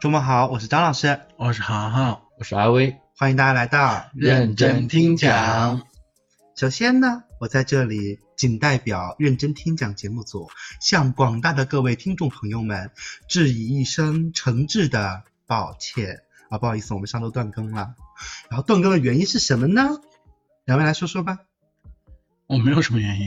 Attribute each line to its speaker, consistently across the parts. Speaker 1: 周末好，我是张老师，
Speaker 2: 我哦是豪豪，
Speaker 3: 我是阿威，
Speaker 1: 欢迎大家来到。
Speaker 2: 认真听讲。
Speaker 1: 首先呢，我在这里仅代表认真听讲节目组，向广大的各位听众朋友们致以一声诚挚的抱歉啊，不好意思，我们上周断更了。然后断更的原因是什么呢？两位来说说吧。
Speaker 2: 我哦没有什么原因，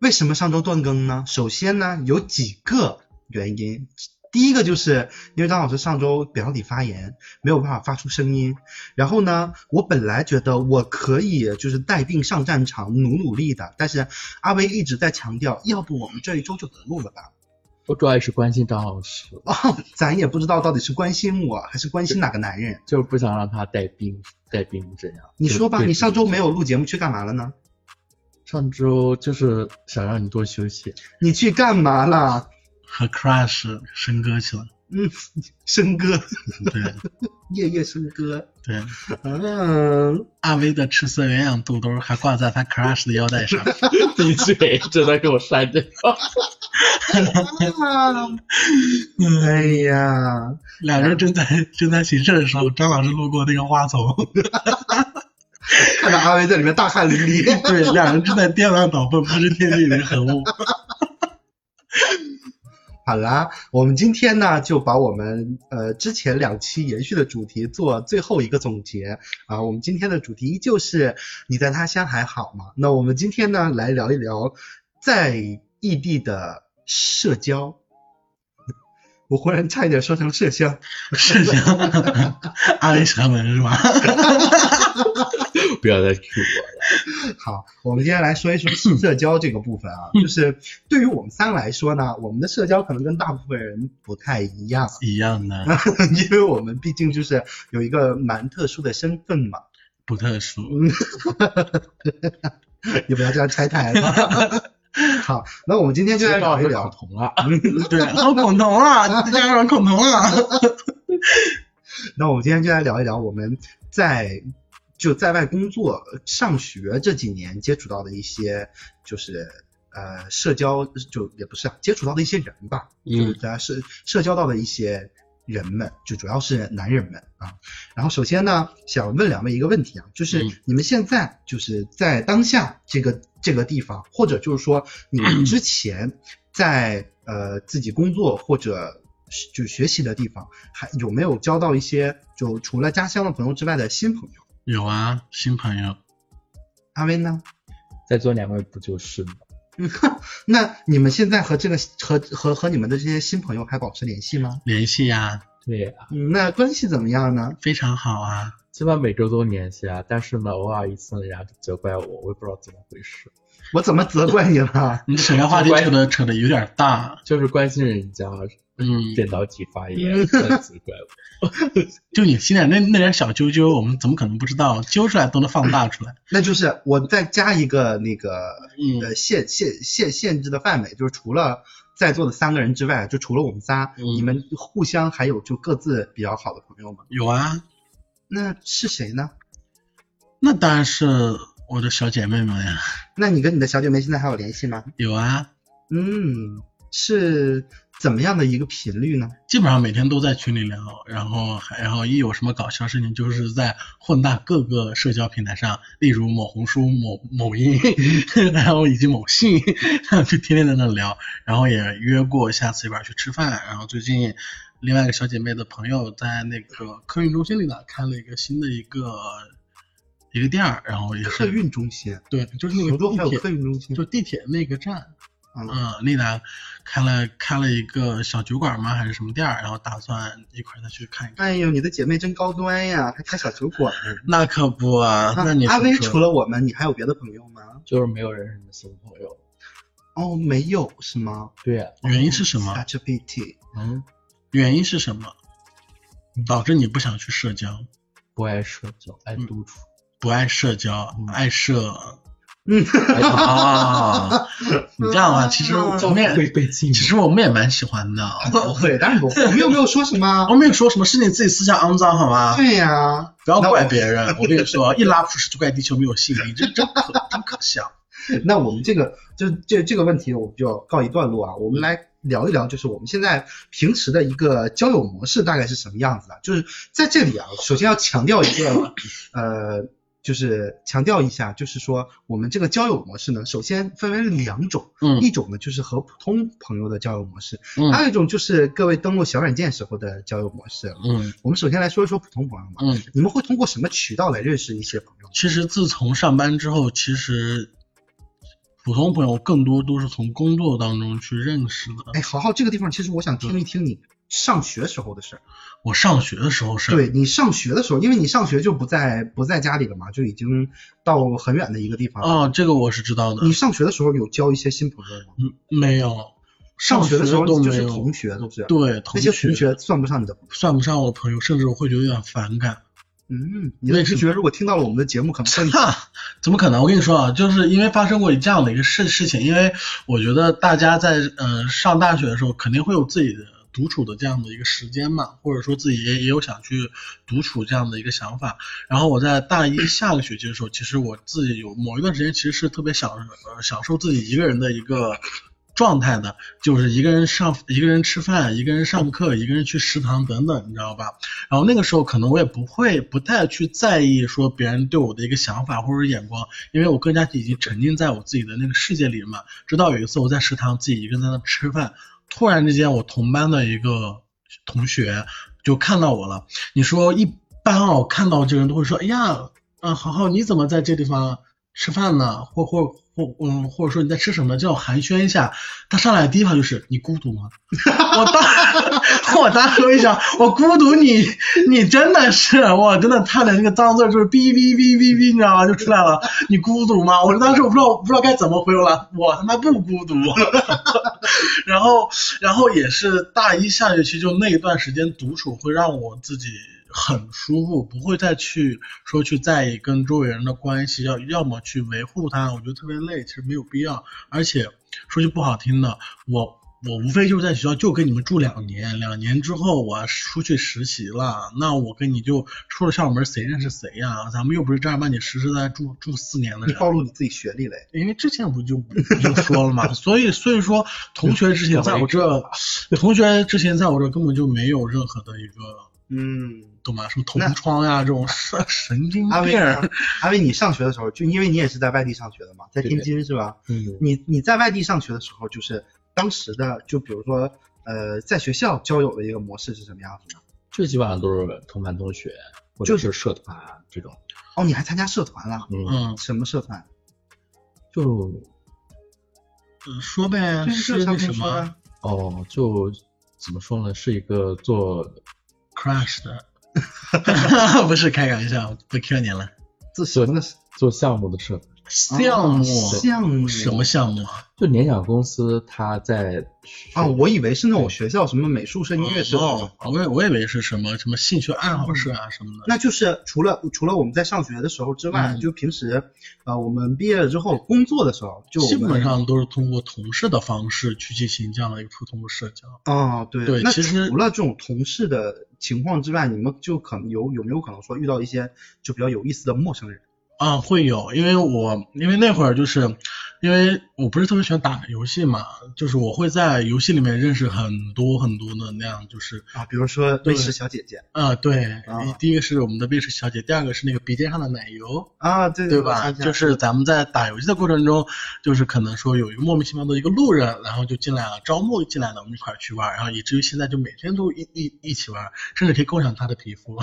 Speaker 1: 为什么上周断更呢？首先呢，有几个原因。第一个就是因为张老师上周表彰体发言没有办法发出声音，然后呢，我本来觉得我可以就是带病上战场努努力的，但是阿威一直在强调，要不我们这一周就不录了吧？
Speaker 3: 我主要也是关心张老师，
Speaker 1: 哦，咱也不知道到底是关心我还是关心哪个男人。
Speaker 3: 就是不想让他带病带病这样。
Speaker 1: 你说吧，
Speaker 3: 就是对
Speaker 1: 你上周没有录节目去干嘛了呢？
Speaker 3: 上周就是想让你多休息，
Speaker 1: 你去干嘛了？
Speaker 2: 和 Crush 笙歌去了。
Speaker 1: 笙歌，
Speaker 2: 对
Speaker 1: 夜夜笙歌。
Speaker 2: 对，
Speaker 1: 嗯，
Speaker 2: 阿威的赤色鸳鸯肚兜还挂在他 Crush 的腰带上。
Speaker 3: 闭嘴，真的给我删掉。
Speaker 1: 啊 哎呀，
Speaker 2: 嗯两人正在正在行事的时候，张老师路过那个花丛，
Speaker 1: 看到阿威在里面大汗淋漓。
Speaker 2: 对，两人正在颠浪倒蹦，不知天地人何物。
Speaker 1: 好啦，我们今天呢就把我们呃之前两期延续的主题做最后一个总结啊。我们今天的主题依旧是你在他乡还好吗？那我们今天呢来聊一聊在异地的社交。我忽然差一点说成麝香，
Speaker 2: 是这样，阿威喜欢闻是吧？
Speaker 3: 不要再 Q 我
Speaker 1: 好，我们今天来说一说社交这个部分啊，就是对于我们三个来说呢，我们的社交可能跟大部分人不太一样，
Speaker 2: 一样的，
Speaker 1: 因为我们毕竟就是有一个蛮特殊的身份嘛，
Speaker 2: 不特殊。
Speaker 1: 你不要这样拆台了。 好，那我们今天就
Speaker 3: 了。
Speaker 1: 来聊一
Speaker 3: 老
Speaker 1: 聊。
Speaker 3: 同了，
Speaker 2: 对，哦，恐同了，这家长恐同啊了。
Speaker 1: 那我们今天就来聊一聊我们在就在外工作、上学这几年接触到的一些，就是呃社交，就也不是啊，接触到的一些人吧，就是
Speaker 3: 嗯，
Speaker 1: 大家社社交到的一些人们，就主要是男人们啊。然后首先呢，想问两位一个问题啊，就是
Speaker 3: 嗯
Speaker 1: 你们现在就是在当下这个这个地方，或者就是说你们之前在呃自己工作或者是就学习的地方，还有没有交到一些就除了家乡的朋友之外的新朋友？
Speaker 2: 有啊，新朋友，
Speaker 1: 阿威呢？
Speaker 3: 在座两位不就是吗？
Speaker 1: 那你们现在和这个和和和你们的这些新朋友还保持联系吗？
Speaker 2: 联系呀、
Speaker 3: 对呀、
Speaker 1: 嗯，那关系怎么样呢？
Speaker 2: 非常好啊。
Speaker 3: 基本上每周都联系啊，但是呢，偶尔一次人家就责怪我，我也不知道怎么回事，
Speaker 1: 我怎么责怪你了？
Speaker 2: 你扯开话题扯的扯的有点大，
Speaker 3: 就是关心人家
Speaker 2: 嗯，
Speaker 3: 电脑体发言，
Speaker 1: 嗯
Speaker 3: 在责怪我。
Speaker 2: 就你心里那那点小揪揪，我们怎么可能不知道？揪出来都能放大出来。
Speaker 1: 那就是我再加一个那个
Speaker 2: 嗯，
Speaker 1: 呃限限限限制的范围，就是除了在座的三个人之外，就除了我们仨，
Speaker 2: 嗯
Speaker 1: 你们互相还有就各自比较好的朋友吗？
Speaker 2: 有啊，
Speaker 1: 那是谁呢？
Speaker 2: 那当然是我的小姐妹们呀。
Speaker 1: 那你跟你的小姐妹现在还有联系吗？
Speaker 2: 有啊，
Speaker 1: 嗯，是怎么样的一个频率呢？
Speaker 2: 基本上每天都在群里聊，然后还然后一有什么搞笑事情，就是在混大各个社交平台上，例如某红书、某某音， 然后以及某信， 然后就天天在那聊，然后也约过下次一块儿去吃饭。然后最近另外一个小姐妹的朋友在那个客运中心里呢开了一个新的一个一个店儿，然后也是
Speaker 1: 客运中心，
Speaker 2: 对，就是那
Speaker 1: 福
Speaker 2: 个
Speaker 1: 州还有
Speaker 2: 地铁
Speaker 1: 客运中心
Speaker 2: 就地铁那个站，
Speaker 1: 嗯
Speaker 2: 嗯，丽娜开了开了一个小酒馆吗？还是什么店儿？然后打算一块儿再去看一看。
Speaker 1: 哎呦，你的姐妹真高端呀，还开小酒馆。
Speaker 2: 那可不啊，那你
Speaker 1: 阿
Speaker 2: 说
Speaker 1: 威
Speaker 2: 说
Speaker 1: 除了我们，你还有别的朋友吗？
Speaker 3: 就是没有认识什么新朋友。
Speaker 1: 哦，没有是吗？
Speaker 3: 对呀、
Speaker 2: 原因是什么？
Speaker 1: ？Such a pity。
Speaker 3: 嗯，
Speaker 2: 原因是什么？
Speaker 1: 嗯
Speaker 2: 导致你不想去社交，
Speaker 3: 不爱社交，爱
Speaker 2: 嗯
Speaker 3: 独处。
Speaker 2: 不爱社交，爱社
Speaker 1: 嗯。
Speaker 3: 爱独处
Speaker 2: 啊！你这样吧，其实
Speaker 1: 嗯
Speaker 2: 我们也，
Speaker 3: 被禁
Speaker 2: 其实我们也蛮喜欢的。
Speaker 1: 不会，哦当然不会，我们又没有说什么啊
Speaker 2: 我。没有说什么，是你自己思想肮脏好吗？
Speaker 1: 对呀、
Speaker 2: 不要怪别人。我跟你说，一拉出屎就怪地球没有吸引力，这真可真可笑。
Speaker 1: 那我们这个就这这个问题，我们就告一段落啊。我们来聊一聊，就是我们现在平时的一个交友模式大概是什么样子的。就是在这里啊，首先要强调一个，呃，就是强调一下，就是说我们这个交友模式呢，首先分为两种，
Speaker 2: 嗯
Speaker 1: 一种呢就是和普通朋友的交友模式，还
Speaker 2: 嗯
Speaker 1: 有一种就是各位登录小软件时候的交友模式。
Speaker 2: 嗯
Speaker 1: 我们首先来说一说普通朋友吧，
Speaker 2: 嗯。
Speaker 1: 你们会通过什么渠道来认识一些朋友？
Speaker 2: 其实自从上班之后，其实普通朋友更多都是从工作当中去认识的。
Speaker 1: 哎，豪豪，这个地方其实我想听一听你上学时候的事儿。
Speaker 2: 我上学的时候是，
Speaker 1: 对你上学的时候，因为你上学就不在不在家里了嘛，就已经到很远的一个地方。
Speaker 2: 哦，这个我是知道的。
Speaker 1: 你上学的时候有交一些新朋友吗？
Speaker 2: 嗯，没有，
Speaker 1: 上
Speaker 2: 学
Speaker 1: 的时候
Speaker 2: 都
Speaker 1: 就
Speaker 2: 没
Speaker 1: 是
Speaker 2: 有
Speaker 1: 同学，都是
Speaker 2: 对
Speaker 1: 那
Speaker 2: 同
Speaker 1: 些
Speaker 2: 学
Speaker 1: 同学算不上你的。
Speaker 2: 算不上我朋友，甚至我会觉得有点反感。
Speaker 1: 嗯，你的
Speaker 2: 为什
Speaker 1: 同
Speaker 2: 么
Speaker 1: 学如果听到了我们的节目，可能会
Speaker 2: 哈，怎么可能？我跟你说啊，就是因为发生过这样的一个事事情，因为我觉得大家在呃上大学的时候，肯定会有自己的独处的这样的一个时间嘛，或者说自己也也有想去独处这样的一个想法。然后我在大一下个学期的时候，其实我自己有某一段时间，其实是特别享呃享受自己一个人的一个。状态的，就是一个人上，一个人吃饭，一个人上课，一个人去食堂等等，你知道吧？然后那个时候可能我也不会不太去在意说别人对我的一个想法或者眼光，因为我更加已经沉浸在我自己的那个世界里嘛。直到有一次我在食堂自己一个人在那吃饭，突然之间我同班的一个同学就看到我了。你说一般哦，看到这个人都会说，哎呀，啊，豪豪你怎么在这地方吃饭呢？或或或嗯，或者说你在吃什么？就要寒暄一下。他上来第一话就是你孤独吗？我当，我当时我一想，我孤独你，你真的是，我真的差点那个脏字儿就是哔哔哔哔哔，你知道吗？就出来了，你孤独吗？我当时我不知道，我不知道该怎么回我了，我他妈不孤独。 然后，然后也是大一下学期就那一段时间独处，会让我自己很舒服，不会再去说去在意跟周围人的关系，要要么去维护它，我觉得特别累，其实没有必要。而且说句不好听的，我我无非就是在学校就跟你们住两年，两年之后我出去实习了，那我跟你就出了校门，谁认识谁呀、咱们又不是正儿八经实实在在住住四年的
Speaker 1: 你
Speaker 2: 人。
Speaker 1: 暴露你自己学历嘞。
Speaker 2: 因为之前不就不就说了嘛，所以所以说同学之前在我这，同学之前在我这根本就没有任何的一个，
Speaker 1: 嗯，
Speaker 2: 懂吗？什么同窗呀、这种神 神经
Speaker 1: 阿威
Speaker 2: 病儿。
Speaker 1: 呢，阿威，你上学的时候，就因为你也是在外地上学的嘛，在
Speaker 3: 对
Speaker 1: 天津是吧？
Speaker 3: 嗯，
Speaker 1: 你你在外地上学的时候，就是当时的，就比如说，呃，在学校交友的一个模式是什么样子的？
Speaker 3: 最基本上都是同班同学或者是社团这种，
Speaker 1: 哦，你还参加社团了？
Speaker 3: 嗯，
Speaker 2: 嗯，
Speaker 1: 什么社团？
Speaker 3: 就
Speaker 2: 呃说呗，
Speaker 1: 就是
Speaker 2: 是
Speaker 1: 社
Speaker 2: 那
Speaker 1: 团
Speaker 2: 什么
Speaker 1: 啊？
Speaker 3: 哦就怎么说呢，是一个做
Speaker 2: crush 的，不是开玩笑，不 Q 你
Speaker 1: 哦
Speaker 2: 了。
Speaker 1: 这什么的
Speaker 3: 做项目的社团，
Speaker 2: 项目
Speaker 1: 啊项目
Speaker 2: 什么项目啊？
Speaker 3: 就联想公司它在
Speaker 1: 啊？我以为是那种学校什么美术社、音乐社，
Speaker 2: 哦，我也我以为是什么什么兴趣爱好社啊什么的。
Speaker 1: 那就是除了除了我们在上学的时候之外，
Speaker 2: 嗯
Speaker 1: 就平时，呃，我们毕业了之后工作的时候，就我
Speaker 2: 基
Speaker 1: 们
Speaker 2: 本上都是通过同事的方式去进行这样的一个普通的社交。
Speaker 1: 哦，对
Speaker 2: 对
Speaker 1: 那
Speaker 2: 其实
Speaker 1: 除了这种同事的情况之外，你们就可能有有没有可能说遇到一些就比较有意思的陌生人？
Speaker 2: 啊，会有，因为我因为那会儿就是，因为我不是特别喜欢打游戏嘛，就是我会在游戏里面认识很多很多的那样，就是
Speaker 1: 啊，比如说瑞士小姐姐
Speaker 2: 啊，对，
Speaker 1: 啊
Speaker 2: 第一个是我们的卫士小姐，第二个是那个鼻尖上的奶油，
Speaker 1: 啊，对
Speaker 2: 对
Speaker 1: 对
Speaker 2: 吧？就是咱们在打游戏的过程中，就是可能说有一个莫名其妙的一个路人，然后就进来了，招募进来了，我们一块儿去玩儿，然后以至于现在就每天都一一一起玩儿，甚至可以共享他的皮肤。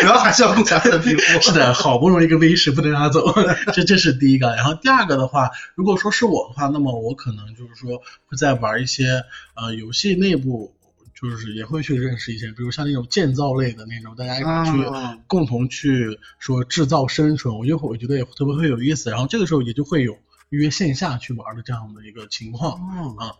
Speaker 1: 主要还是要共享他的皮肤。
Speaker 2: 是的，好不容易一个 V 十不能让他走， 这这是第一个。然后第二个的话，如果说是我的话，那么我可能就是说会在玩一些呃游戏内部，就是也会去认识一些，比如像那种建造类的那种，大家一块去、
Speaker 1: 啊
Speaker 2: 共同去说制造生存，我就会我觉得也特别会有意思。然后这个时候也就会有约线下去玩的这样的一个情况。
Speaker 1: 哦，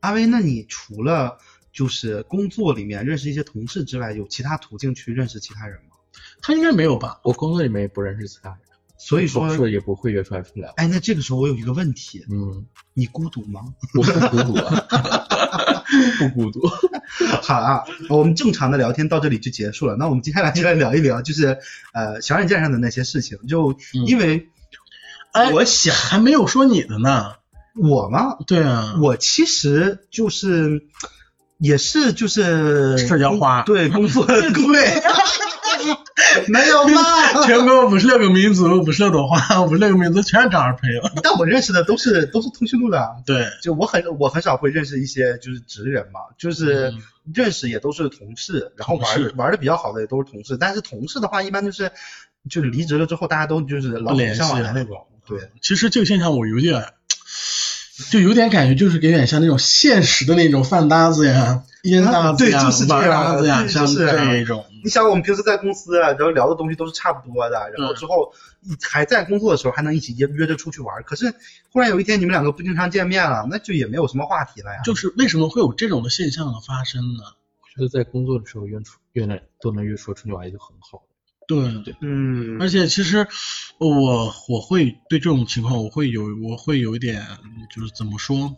Speaker 1: 阿威，那你除了就是工作里面认识一些同事之外，有其他途径去认识其他人吗？
Speaker 2: 他应该没有吧？
Speaker 3: 我工作里面也不认识其他人，
Speaker 1: 所以说
Speaker 3: 同，事也不会约出来出 来，
Speaker 1: 哎，那这个时候我有一个问题，
Speaker 3: 嗯，
Speaker 1: 你孤独吗？
Speaker 3: 我不孤独啊， 不孤独，
Speaker 1: 好啊，我们正常的聊天到这里就结束了。那我们接下来就来聊一聊，就是呃小软件
Speaker 2: 嗯
Speaker 1: 上的那些事情。就因为
Speaker 2: 哎
Speaker 1: 我想
Speaker 2: 还没有说你的呢，
Speaker 1: 我嘛，
Speaker 2: 对啊，
Speaker 1: 我其实就是也是就是
Speaker 2: 社交花
Speaker 1: 对工 作对，没有嘛。
Speaker 2: 全国五十六个民族，五十六朵花，五十六个民族全是找儿朋友。
Speaker 1: 但我认识的都是都是通讯录的，
Speaker 2: 对，
Speaker 1: 就我很我很少会认识一些就是职人嘛，就是
Speaker 2: 嗯
Speaker 1: 认识也都是同事，然后玩
Speaker 2: 同事
Speaker 1: 玩的比较好的也都是同事，但是同事的话一般就是就是离职了之后大家都就是老
Speaker 2: 不
Speaker 1: 死
Speaker 2: 联系
Speaker 1: 相往来
Speaker 2: 了嗯
Speaker 1: 那种，对，
Speaker 2: 其实这个现象我有点，就有点感觉，就是有点像那种现实的那种饭搭子呀、烟搭子呀、
Speaker 1: 啊对就是这
Speaker 2: 玩
Speaker 1: 样
Speaker 2: 搭子呀，
Speaker 1: 对
Speaker 2: 像
Speaker 1: 就是
Speaker 2: 这种。
Speaker 1: 你想，我们平时在公司，啊然后聊的东西都是差不多的，然
Speaker 2: 嗯
Speaker 1: 后之后还在工作的时候还能一起约约着出去玩。可是忽然有一天你们两个不经常见面了，那就也没有什么话题了呀。
Speaker 2: 就是为什么会有这种的现象的发生呢？
Speaker 3: 觉得在工作的时候越出越能都能越说出去玩就很好。
Speaker 2: 对对，
Speaker 1: 嗯，
Speaker 2: 而且其实呃我我会对这种情况，我会有我会有一点就是怎么说，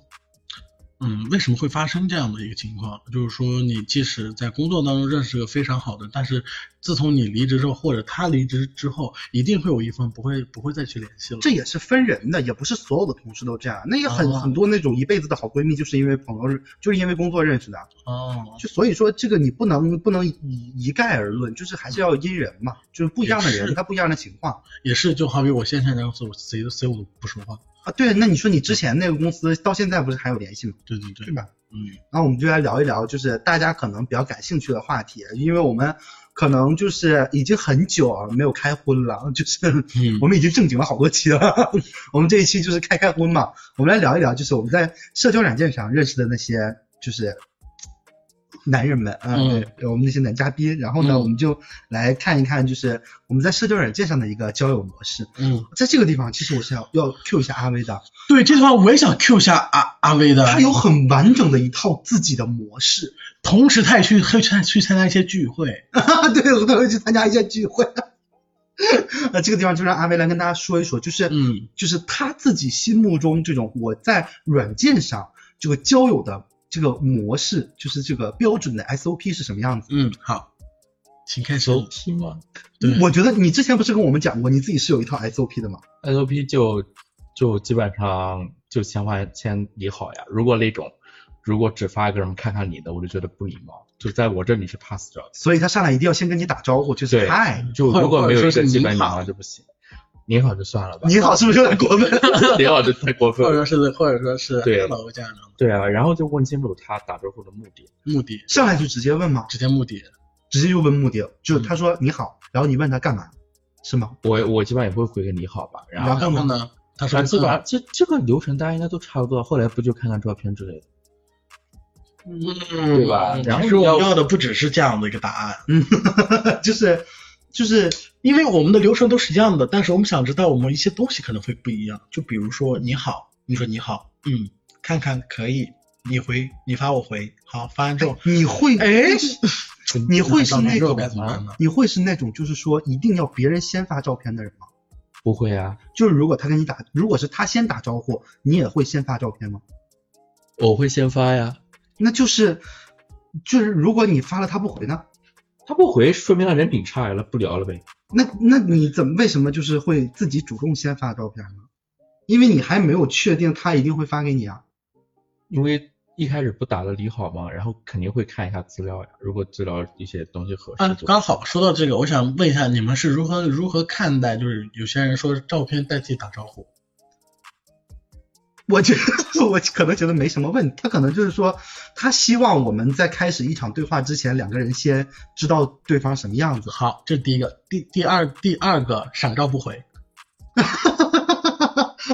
Speaker 2: 嗯，为什么会发生这样的一个情况？就是说，你即使在工作当中认识个非常好的，但是自从你离职之后，或者他离职之后，一定会有一方不会不会再去联系了。
Speaker 1: 这也是分人的，也不是所有的同事都这样。那也很、
Speaker 2: 啊
Speaker 1: 很多那种一辈子的好闺蜜，就是因为朋友，就是因为工作认识的。
Speaker 2: 哦，
Speaker 1: 就所以说，这个你不能不能一一概而论，就是还是要因人嘛，就是不一样的
Speaker 2: 也
Speaker 1: 人
Speaker 2: 是
Speaker 1: 他不一样的情况
Speaker 2: 也是，就好比我现在这样子，我谁谁我都不说话。
Speaker 1: 啊。对，那你说你之前那个公司到现在不是还有联系吗？
Speaker 2: 对对对
Speaker 1: 对，吧？
Speaker 2: 嗯，
Speaker 1: 那我们就来聊一聊，就是大家可能比较感兴趣的话题，因为我们可能就是已经很久啊没有开荤了，就是
Speaker 2: 嗯
Speaker 1: 我们已经正经了好多期了， 我们这一期就是开开荤嘛，我们来聊一聊，就是我们在社交软件上认识的那些就是男人们啊，
Speaker 2: 嗯
Speaker 1: 对我们那些男嘉宾，然后呢，
Speaker 2: 嗯
Speaker 1: 我们就来看一看，就是我们在社交软件上的一个交友模式。
Speaker 2: 嗯，
Speaker 1: 在这个地方，其实我是要要 Q 一下阿威的，
Speaker 2: 对，这句话我也想 Q 一下阿阿威的，
Speaker 1: 他有很完整的一套自己的模式。
Speaker 2: 同时他也去去参去参加一些聚会，
Speaker 1: 啊， 对，我都会去参加一些聚会。那这个地方就让阿威来跟大家说一说，就是，
Speaker 2: 嗯，
Speaker 1: 就是他自己心目中这种我在软件上这个交友的这个模式，就是这个标准的 SOP 是什么样子？
Speaker 2: 嗯，好，请开始。
Speaker 3: SOP 吗
Speaker 2: 对
Speaker 1: 我觉得你之前不是跟我们讲过，你自己是有一套 SOP 的吗？
Speaker 3: ？SOP 就就基本上就先发先理好呀。如果那种如果只发一个人看看你的，我就觉得不礼貌，就在我这里是 pass 掉的。
Speaker 1: 所以他上来一定要先跟你打招呼，就是
Speaker 3: 对
Speaker 1: 嗨，
Speaker 3: 就
Speaker 2: 或
Speaker 3: 如果没有
Speaker 2: 或者
Speaker 3: 一
Speaker 2: 说
Speaker 3: 个
Speaker 2: 是
Speaker 3: 基本
Speaker 2: 您
Speaker 3: 礼
Speaker 2: 好
Speaker 3: 貌就不行，您好就算了吧，
Speaker 1: 你好，是不是有 点过分？
Speaker 3: 您好就太过分
Speaker 2: 或
Speaker 3: 了。
Speaker 2: 者说是，或者说是
Speaker 3: 对
Speaker 2: hello 这样的
Speaker 3: 对啊，然后就问清楚他打招呼的目的。
Speaker 2: 目的，
Speaker 1: 上来就直接问吗？
Speaker 2: 直接目的，
Speaker 1: 直接就问目的，就是他说你好，然后你问他干嘛，是吗？
Speaker 3: 我我基本上也会回个你好吧，然后
Speaker 1: 然
Speaker 2: 然后呢，他说
Speaker 3: 反正基本
Speaker 2: 嗯
Speaker 3: 上这这个流程大家应该都差不多，后来不就看看照片之类的。
Speaker 2: 嗯
Speaker 3: 对吧然后
Speaker 2: 其实
Speaker 3: 你
Speaker 2: 我
Speaker 3: 要
Speaker 2: 嗯们要的不只是这样的一个答案，
Speaker 1: 嗯，就是，就是
Speaker 2: 因为我们的流程都是一样的，但是我们想知道我们一些东西可能会不一样。就比如说你好，你说你好，嗯，看看可以，你回你发我回，好，发完之后，
Speaker 1: 你会
Speaker 2: 哎，
Speaker 1: 你会是那
Speaker 2: 种
Speaker 1: 种
Speaker 2: 该怎么办呢？
Speaker 1: 你会是那种就是说一定要别人先发照片的人吗？
Speaker 3: 不会啊，
Speaker 1: 就是如果他跟你打，如果是他先打招呼，你也会先发照片吗？
Speaker 3: 我会先发呀，
Speaker 1: 那就是，就是如果你发了他不回呢？
Speaker 3: 他不回，说明他人品差呀，那不聊了呗。
Speaker 1: 那那你怎么为什么就是会自己主动先发照片呢？因为你还没有确定他一定会发给你啊。
Speaker 3: 因为一开始不打了理好嘛，然后肯定会看一下资料呀，如果资料一些东西合适
Speaker 2: 啊，
Speaker 3: 就。
Speaker 2: 刚好说到这个，我想问一下你们是如何如何看待，就是有些人说照片代替打招呼，
Speaker 1: 我觉得 我可能觉得没什么问题，他可能就是说，他希望我们在开始一场对话之前，两个人先知道对方什么样子。
Speaker 2: 好，这是第一个，第第二第二个闪照不回，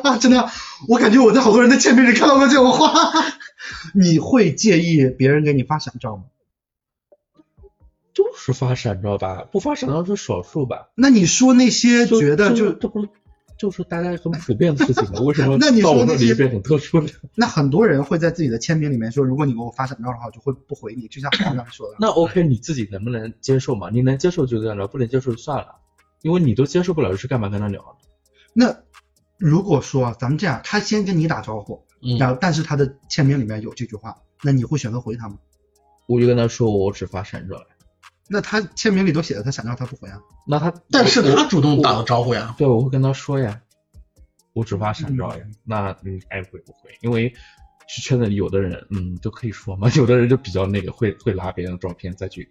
Speaker 1: 啊，真的，我感觉我在好多人的签名里看到过这种话。 你会介意别人给你发闪照吗？
Speaker 3: 都是发闪照吧，不发闪照是少数吧。
Speaker 1: 那你说那些
Speaker 3: 就
Speaker 1: 觉得就
Speaker 3: 就这不是就是大家很普遍的事情吗？为什么
Speaker 1: 那你
Speaker 3: 到
Speaker 1: 说
Speaker 3: 我
Speaker 1: 那
Speaker 3: 这里
Speaker 1: 些
Speaker 3: 变很特殊呢？
Speaker 1: 那很多人会在自己的签名里面说，如果你给我发闪照的话，我就会不回你，就像黄刚才 说的。
Speaker 3: 那 OK，你自己能不能接受嘛？你能接受就这样聊，不能接受就算了，因为你都接受不了，是干嘛跟他聊呢？
Speaker 1: 那如果说啊咱们这样，他先跟你打招呼，
Speaker 2: 嗯，
Speaker 1: 然后但是他的签名里面有这句话，那你会选择回他吗？
Speaker 3: 我就跟他说我只发闪照，
Speaker 1: 那他签名里都写着他闪照，他不回啊？
Speaker 3: 那他
Speaker 2: 但是
Speaker 3: 我
Speaker 2: 他主动打了招呼呀，
Speaker 3: 对，我会跟他说呀，我只发
Speaker 2: 嗯
Speaker 3: 闪照呀，那你爱回不回？因为去圈子里有的人，嗯，就可以说嘛， 有的人就比较那个，会会拿别人的照片再去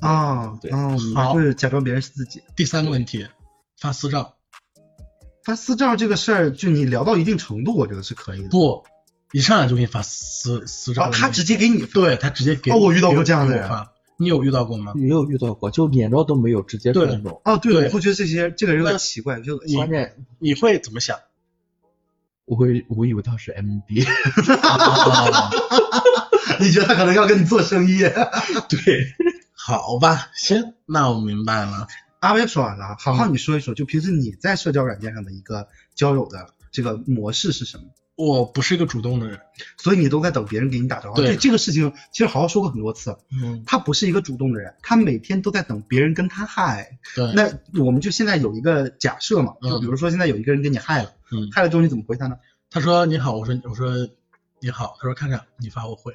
Speaker 1: 啊，
Speaker 3: 对
Speaker 1: 啊，我们
Speaker 2: 好
Speaker 1: 就是假装别人是自己。
Speaker 2: 第三个问题，发私照
Speaker 1: 发私照这个事儿，就你聊到一定程度，我觉得是可以的。
Speaker 2: 不，一上来就给你发私私照
Speaker 1: 啊，
Speaker 2: 的那种，
Speaker 1: 他直接给你发，
Speaker 2: 对他直接给
Speaker 1: 哦我遇到过
Speaker 2: 给
Speaker 1: 这样的人
Speaker 2: 给我发你有遇到过吗？
Speaker 3: 没有遇到过，就连照都没有，直接
Speaker 2: 对
Speaker 3: 那种。
Speaker 1: 哦，对，
Speaker 2: 对
Speaker 1: 我会觉得这些这个人有点
Speaker 2: 那
Speaker 1: 奇怪，就恶
Speaker 2: 你
Speaker 1: 心。
Speaker 3: 关键
Speaker 2: 你会怎么想？
Speaker 3: 我会我以为他是 MB，
Speaker 2: 啊
Speaker 1: 你觉得他可能要跟你做生 意？
Speaker 3: 对，
Speaker 2: 好吧，行，那我明白了。
Speaker 1: 阿威说完了，好好你说一说，就平时你在社交软件上的一个交友的这个模式是什么？
Speaker 2: 我不是一个主动的人，
Speaker 1: 所以你都在等别人给你打招呼。
Speaker 2: 对
Speaker 1: 这个事情其实好好说过很多次，
Speaker 2: 嗯，
Speaker 1: 他不是一个主动的人，他每天都在等别人跟他嗨。
Speaker 2: 对，
Speaker 1: 那我们就现在有一个假设嘛，
Speaker 2: 嗯
Speaker 1: 就比如说现在有一个人跟你嗨了，
Speaker 2: 嗯，
Speaker 1: 嗨了之后你怎么回他呢？
Speaker 2: 他说你好，我说我说你好，他说看看你发我回，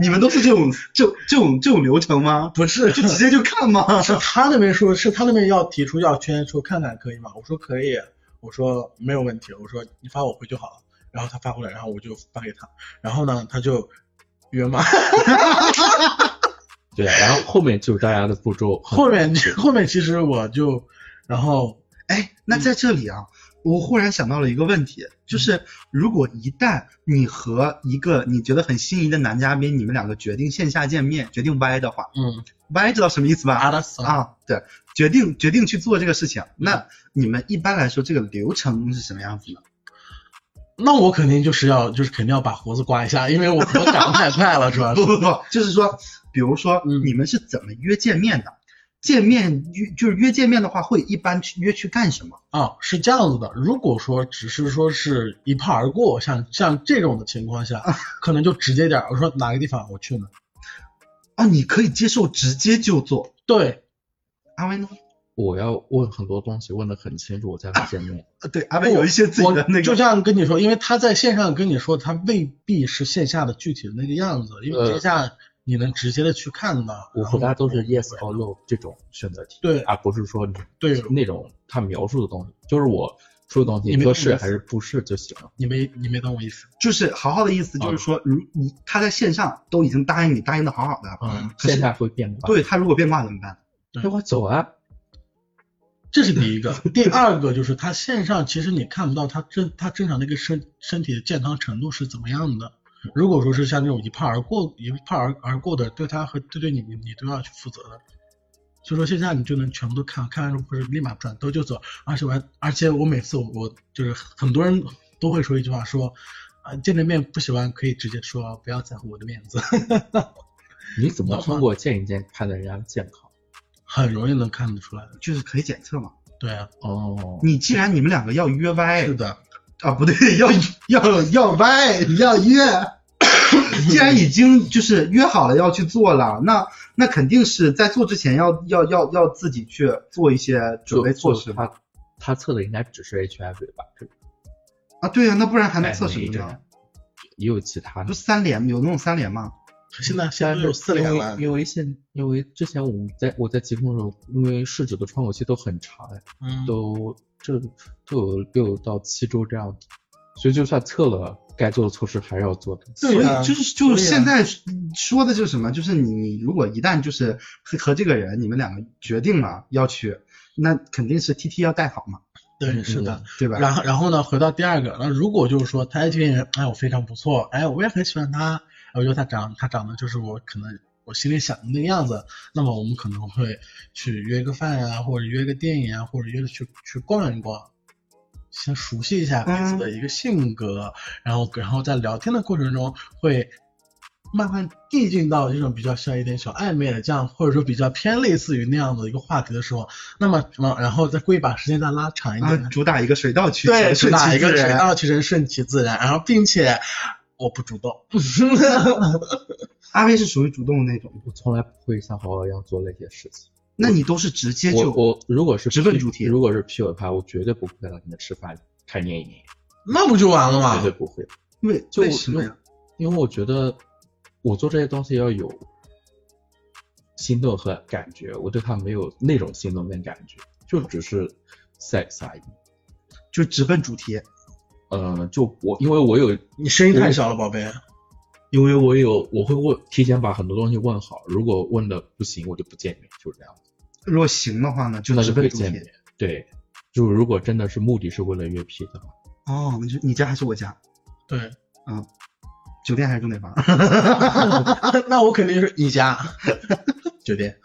Speaker 1: 你们都是这种这这种这种流程吗？
Speaker 2: 不是
Speaker 1: 就直接就看吗？
Speaker 2: 是他那边说，是他那边要提出要圈，说看看可以吗？我说可以，我说没有问题，我说你发我回就好了。然后他发过来，然后我就发给他，然后呢他就约嘛，
Speaker 3: 对，啊然后后面就是大家的步骤，
Speaker 2: 后面后面其实我就，然后
Speaker 1: 哎，那在这里啊，我忽然想到了一个问题，就是如果一旦你和一个你觉得很心仪的男嘉宾，你们两个决定线下见面，决定歪的话，
Speaker 2: 嗯，
Speaker 1: 歪知道什么意思吧？
Speaker 2: 阿拉斯拉
Speaker 1: 啊，对，决定决定去做这个事情，那你们一般来说这个流程是什么样子呢？
Speaker 2: 那我肯定就是要就是肯定要把胡子刮一下，因为我我长得太 快了，主要是
Speaker 1: 不不不，就是说，比如说
Speaker 2: 嗯
Speaker 1: 你们是怎么约见面的？见面约就是约见面的话，会一般去约去干什么？
Speaker 2: 啊，是这样子的。如果说只是说是一炮而过，像像这种的情况下，
Speaker 1: 啊
Speaker 2: 可能就直接点儿。我说哪个地方我去呢？
Speaker 1: 哦，你可以接受直接就做。
Speaker 2: 对，
Speaker 1: 阿威呢？
Speaker 3: 我要问很多东西，问的很清楚，我才能见面。
Speaker 1: 呃对，阿威有一些自己的那
Speaker 2: 我就
Speaker 1: 个
Speaker 2: 这样跟你说，因为他在线上跟你说，他未必是线下的具体的那个样子，因
Speaker 3: 呃
Speaker 2: 为线下你能直接的去看到。
Speaker 3: 我
Speaker 2: 然后
Speaker 3: 回答都是 yes or no 这种选择题，啊
Speaker 2: 对
Speaker 3: 而不是说你
Speaker 2: 对
Speaker 3: 那种他描述的东西，就是我说的东西，
Speaker 2: 你没
Speaker 3: 你说
Speaker 2: 懂
Speaker 3: 是
Speaker 2: 意思
Speaker 3: 还是不是就行了。
Speaker 2: 你没你没懂我意思。
Speaker 1: 就是豪豪的意思，就是
Speaker 3: 啊
Speaker 1: 说，如你他在线上都已经答应你，答应的好好的，
Speaker 2: 嗯，
Speaker 1: 啊可是
Speaker 3: 啊线下会变卦，
Speaker 1: 对他如果变卦怎么办？
Speaker 3: 那我走啊，
Speaker 2: 这是第一个，第二个就是他线上其实你看不到他真他正常的一个身身体的健康程度是怎么样的。如果说是像这种一炮而过一炮而而过的，对他和对对你你你都要去负责的。所以说线下你就能全部都看看完之后，不是立马转头就走，而且我还而且我每次我我就是很多人都会说一句话说。啊，见了面不喜欢可以直接说，不要在乎我的面子，
Speaker 3: 你怎么
Speaker 2: 那
Speaker 3: 通过见一见判断人家的健康？
Speaker 2: 很容易能看得出来的。
Speaker 1: 就是可以检测嘛。
Speaker 2: 对啊，
Speaker 3: 哦，
Speaker 1: 你既然你们两个要约歪，
Speaker 2: 是的，
Speaker 1: 啊，不对，要要要歪，要约。既然已经就是约好了要去做了，那那肯定是在做之前要要要要自己去做一些准备措施吧？
Speaker 3: 他他测的应该只是 HIV 吧？是
Speaker 1: 啊，对呀、那不然还能测什么？
Speaker 3: 哎
Speaker 1: 呢
Speaker 3: 那？也有其他
Speaker 1: 不
Speaker 3: 的
Speaker 1: 是。三连有那种三连吗？
Speaker 2: 现在现在都有四
Speaker 3: 因
Speaker 2: 连
Speaker 3: 为
Speaker 2: 了，
Speaker 3: 因为现因为之前我们在我在疾控的时候，因为试纸的窗口期都很长哎，
Speaker 2: 嗯，
Speaker 3: 都这都有六到七周这样子，所以就算测了，该做的措施还是要做的。
Speaker 1: 所
Speaker 2: 对啊
Speaker 1: 以嗯就是就是
Speaker 2: 对啊
Speaker 1: 现在说的就是什么？就是你你如果一旦就是和和这个人你们两个决定了要去，那肯定是 T T 要带好嘛，
Speaker 2: 对，是的。
Speaker 1: 对吧？
Speaker 2: 然后，然后呢？回到第二个，那如果就是说他这个人，哎，我非常不错，哎，我也很喜欢他，哎我觉得他长他长得就是我可能我心里想的那个样子，那么我们可能会去约个饭呀、或者约个电影啊，或者约着去去逛一逛，先熟悉一下彼此
Speaker 1: 嗯
Speaker 2: 的一个性格，然后然后在聊天的过程中会慢慢递进到这种比较像一点小暧昧的这样，或者说比较偏类似于那样的一个话题的时候，那么往然后再故意把时间再拉长一
Speaker 1: 啊
Speaker 2: 点，，
Speaker 1: 主打一个水到渠
Speaker 2: 对，
Speaker 1: 成，
Speaker 2: 主
Speaker 1: 顺
Speaker 2: 打
Speaker 1: 其
Speaker 2: 一
Speaker 1: 自
Speaker 2: 个水
Speaker 1: 然。
Speaker 3: 啊
Speaker 2: 到渠成，啊顺其自然，然后并且我不主动，
Speaker 1: 阿威是属于主动的那种。
Speaker 3: 我从来不会像豪豪一样做那些事情。
Speaker 1: 那你都是直接
Speaker 3: 我
Speaker 1: 就
Speaker 3: 我如果是
Speaker 1: 直奔
Speaker 3: P-
Speaker 1: 主题
Speaker 3: 如果是 P 我的话，我绝对不会让你们吃饭看电影，
Speaker 2: 那不就完了
Speaker 3: 绝
Speaker 2: 吗
Speaker 3: 对？不会。
Speaker 1: 为
Speaker 3: 就
Speaker 1: 啊为什么呀？
Speaker 3: 因为我觉得我做这些东西要有心动和感觉，我对他没有那种心动跟感觉，就只是 sex 而已。
Speaker 1: 就直奔主题。
Speaker 3: 呃，就我因为我有
Speaker 2: 你声音太小了，宝贝。
Speaker 3: 因为我有我会问，提前把很多东西问好。如果问的不行，我就不见面，就是这样。
Speaker 1: 如果行的话呢，就
Speaker 3: 那
Speaker 1: 直
Speaker 3: 就会
Speaker 1: 奔主
Speaker 3: 见
Speaker 1: 题
Speaker 3: 面。。对，就如果真的是目的是为了约 P 的话，
Speaker 1: 哦，你就你家还是我家？啊
Speaker 2: 对，
Speaker 1: 酒店还是重点房？
Speaker 2: 那我肯定是你家 酒店。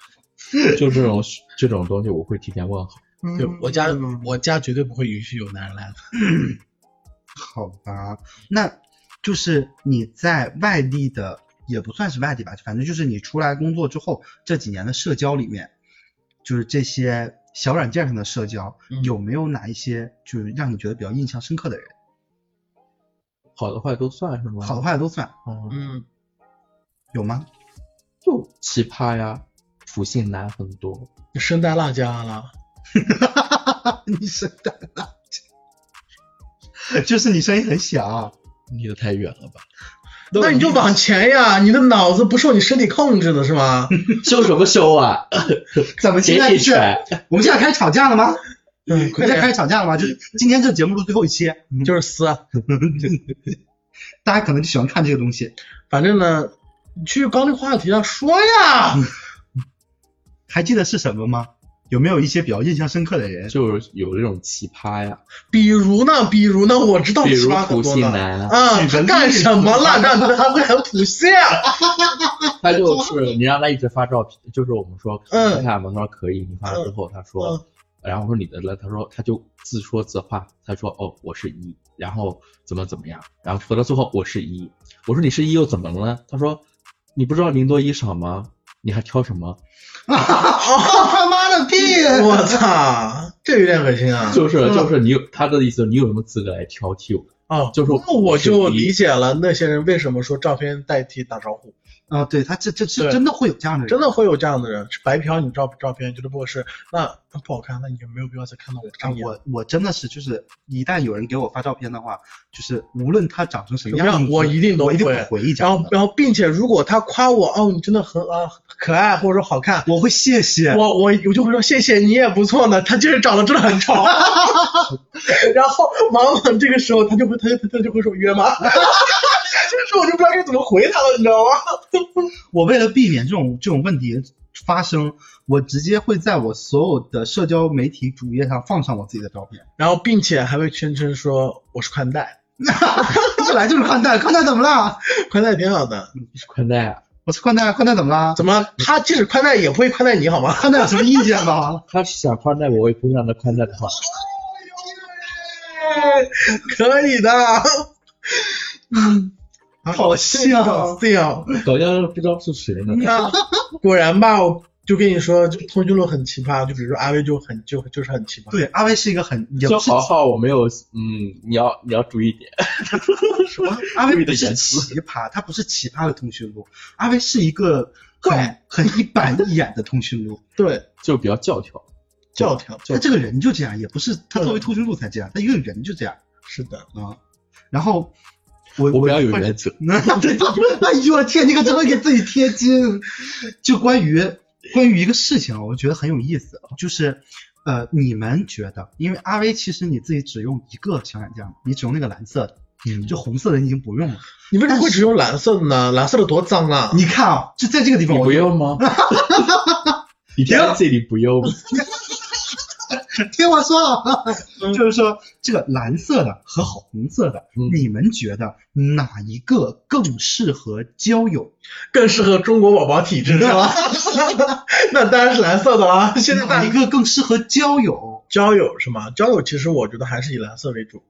Speaker 3: 就这种这种东西，我会提前问好。
Speaker 2: 对我家，
Speaker 3: 嗯
Speaker 2: 我家绝对不会允许有男人来的。
Speaker 1: 好吧，那就是你在外地的，也不算是外地吧，反正就是你出来工作之后这几年的社交里面，就是这些小软件上的社交，
Speaker 2: 嗯
Speaker 1: 有没有哪一些就是让你觉得比较印象深刻的人？
Speaker 3: 好的坏都算是吗？
Speaker 1: 好的，坏的都算，
Speaker 3: 嗯，
Speaker 2: 嗯，
Speaker 1: 有吗？
Speaker 3: 就奇葩呀，普信男很多。
Speaker 2: 你声带落家了。
Speaker 1: 你声带垃圾，就是你声音很小，
Speaker 3: 离得太远了吧？
Speaker 2: 那你就往前呀，你的脑子不受你身体控制的是 吗？
Speaker 3: 修什么 修啊？
Speaker 1: 怎么现在是？
Speaker 3: 拳，
Speaker 1: 我们现在开始吵架了吗？
Speaker 2: 嗯，
Speaker 1: 现
Speaker 2: 快
Speaker 1: 在开
Speaker 2: 点，
Speaker 1: 始吵架了吗？就今天这节目录最后一期，就
Speaker 2: 就是撕。啊
Speaker 1: 大家可能就喜欢看这个东西，
Speaker 2: 反正呢，你去刚那个话题上说呀。
Speaker 3: 嗯
Speaker 1: 还记得是什么吗？有没有一些比较印象深刻的人？
Speaker 3: 就是有这种奇葩呀，
Speaker 2: 比如呢，比如呢，我知道
Speaker 3: 比
Speaker 2: 奇
Speaker 3: 如
Speaker 2: 葩
Speaker 3: 普
Speaker 2: 很多
Speaker 3: 信
Speaker 2: 呢。
Speaker 3: 男，
Speaker 2: 啊，
Speaker 1: 举个例子
Speaker 2: 干什么了？让他会很普啊信？
Speaker 3: 他就是你让他一直发照片，就是我们说，
Speaker 2: 嗯
Speaker 3: 你看嘛，他说可以，你发了之后，他说，然后说你的了，他说他就自说自话，他说哦我是一，然后怎么怎么样，然后说到最后我是一，我说你是一又怎么了呢？他说你不知道零多一少吗？你还挑什么？
Speaker 1: 他妈的屁！
Speaker 2: 我操，这有点恶心啊！
Speaker 3: 就是就是你有他的意思，你有什么资格来挑剔我？
Speaker 2: 哦，
Speaker 3: 就是
Speaker 2: 那我就
Speaker 3: 手机
Speaker 2: 理解了那些人为什么说照片代替打招呼，
Speaker 1: 啊，对他这这这
Speaker 2: 对
Speaker 1: 真的会有这样的人，
Speaker 2: 真的会有这样的人，白嫖你照照片觉得不合适，那那不好看，那你就没有必要再看到我
Speaker 1: 啊。
Speaker 2: 张脸。
Speaker 1: 我我真的是就是，一旦有人给我发照片的话，就是无论他长成什么
Speaker 2: 怎么
Speaker 1: 样
Speaker 2: 样
Speaker 1: 子，
Speaker 2: 我一定都
Speaker 1: 我一定
Speaker 2: 会
Speaker 1: 会回一
Speaker 2: 然
Speaker 1: 张
Speaker 2: 后，
Speaker 1: 的，
Speaker 2: 然后，并且如果他夸我，哦，你真的很啊可爱，或者说好看，
Speaker 1: 我会谢谢。
Speaker 2: 我我我就会说谢谢你也不错呢，他就是长得真的很丑， 然后往往这个时候他就会他就他就会说约吗？ 这个时候我就不知道该怎么回他了，你知道吗？
Speaker 1: 我为了避免这种这种问题发生，我直接会在我所有的社交媒体主页上放上我自己的照片。
Speaker 2: 然后并且还会宣称说我是宽带，
Speaker 1: 一来就是宽带，宽带怎么了？
Speaker 2: 宽带挺好的，
Speaker 3: 是宽带啊，
Speaker 1: 我是宽带，宽带怎么了？
Speaker 2: 怎么他即使宽带也不会宽带你好吗？
Speaker 1: 宽带有什么意见吗？
Speaker 3: 他是想宽带我，我也不会让他宽带他。
Speaker 2: 哎可以的， 嗯，
Speaker 1: 好笑
Speaker 2: 好笑。
Speaker 3: 好像不知道是谁呢。
Speaker 2: 那 果然吧，我就跟你说，就通讯录很奇葩，就比如说阿威就很就就是很奇 葩。
Speaker 1: 对，，阿威是一个很也
Speaker 3: 就
Speaker 1: 不是
Speaker 3: 豪豪，我没有，嗯，你要你要注意点。
Speaker 1: 什么？阿威
Speaker 3: 绿的
Speaker 1: 不是
Speaker 3: 颜
Speaker 1: 奇
Speaker 3: 色
Speaker 1: 葩，他不是奇葩的通讯录，阿威是一个很很一板一眼的通讯录。
Speaker 2: 对，
Speaker 3: 就比较教条。
Speaker 2: 教条
Speaker 1: 他
Speaker 3: 就
Speaker 1: 这个人就这样，也不是他作为通讯录才这样，他一个人就这样
Speaker 2: 是的，
Speaker 1: 啊。然后我
Speaker 3: 我比较有 原则。
Speaker 1: 哎呦我天，你可真会给自己贴金。就关于关于一个事情啊，我觉得很有意思，啊就是呃，你们觉得，因为阿威其实你自己只用一个小软件嘛，你只用那个蓝色的，
Speaker 3: 嗯
Speaker 1: 就红色的你已经不用了。
Speaker 2: 你为什么会只用蓝色的呢？蓝色的多脏啊！
Speaker 1: 你看啊，就在这个地方，
Speaker 3: 你
Speaker 1: 我
Speaker 3: 不用吗？ 你在这里不用吗？
Speaker 1: 听我说啊，
Speaker 2: 嗯
Speaker 1: 就是说这个蓝色的和红色的，
Speaker 3: 嗯
Speaker 1: 你们觉得哪一个更适合交友？
Speaker 2: 更适合中国宝宝体质是吧？ 那当然是蓝色的 啦。啊现在
Speaker 1: 哪
Speaker 2: 大
Speaker 1: 一个更适合交友？
Speaker 2: 交友是吗？交友其实我觉得还是以蓝色为主，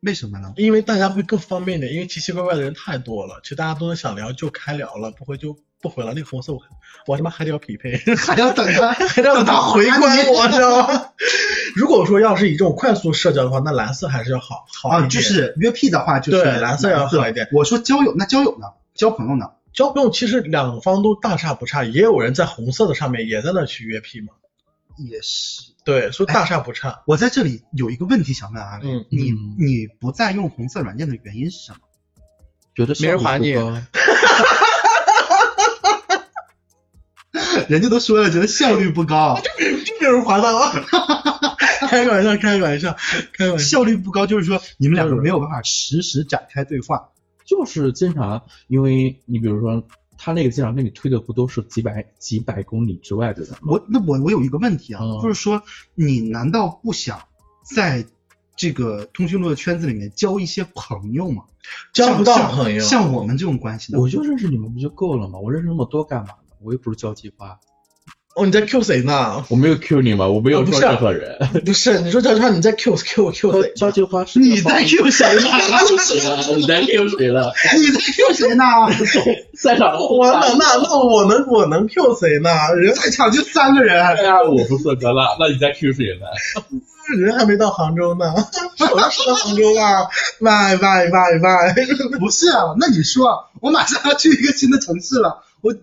Speaker 1: 为什么呢？
Speaker 2: 因为大家会更方便一点，因为奇奇怪怪的人太多了，其实大家都能想聊就开聊了，不回就不回了。那个红色我我他妈还得要匹配，
Speaker 1: 还要等 他，
Speaker 2: 还得要他回关我，知道吗？ 如果说要是以这种快速社交的话，那蓝色还是要好好一
Speaker 1: 啊，
Speaker 2: 点
Speaker 1: 就是约 P 的话，就是
Speaker 2: 对蓝色要好一点。
Speaker 1: 我说交友，那交友呢？交朋友呢？
Speaker 2: 交朋友，其实两方都大差不差，也有人在红色的上面也在那去约 P 嘛。
Speaker 1: 也是。
Speaker 2: 对，所以大差不差。
Speaker 1: 我在这里有一个问题想问阿伟，
Speaker 2: 哎嗯，
Speaker 1: 你
Speaker 3: 嗯
Speaker 1: 你不再用红色软件的原因是什么？
Speaker 3: 觉得效率不高
Speaker 2: 没人
Speaker 1: 人家都说了，觉得效率不高。
Speaker 2: 嗯这个人划算啊！ 开个玩笑，开个玩笑，开个玩笑。
Speaker 1: 效率不高，就是说你们两个没有办法实时展开对话。
Speaker 3: 就是经常，因为你比如说，他那个经常给你推的不都是几百几百公里之外的人吗？
Speaker 1: 我那我我有一个问题啊，
Speaker 3: 嗯
Speaker 1: 就是说你难道不想在这个通讯录的圈子里面交一些朋友吗？
Speaker 2: 交不到
Speaker 1: 像
Speaker 2: 朋友
Speaker 1: 像像我们这种关系的，
Speaker 3: 我就认识你们不就够了吗？我认识那么多干嘛呢？我又不是交际花，
Speaker 2: 哦，你在 Q 谁呢？
Speaker 3: 我没有 Q 你吗？我没
Speaker 2: 啊
Speaker 3: 有
Speaker 2: 不
Speaker 3: 说
Speaker 2: 是
Speaker 3: 任何人。
Speaker 2: 不是，你说交叉，你在 Q Q Q 谁？
Speaker 3: 交际花是
Speaker 1: 你在 Q 谁 呢？
Speaker 3: Q 谁了？你在 Q 谁了？
Speaker 1: 你在 Q 谁呢？
Speaker 3: 赛场上
Speaker 2: 我能那那我能我能 Q 谁呢？人
Speaker 1: 在场就三个人，
Speaker 3: 哎呀，我不是格了，那你在 Q 谁呢？
Speaker 2: 人还没到杭州呢， 我要是到杭州啊，拜拜拜 拜。
Speaker 1: 不是啊？那你说，我马上要去一个新的城市了，我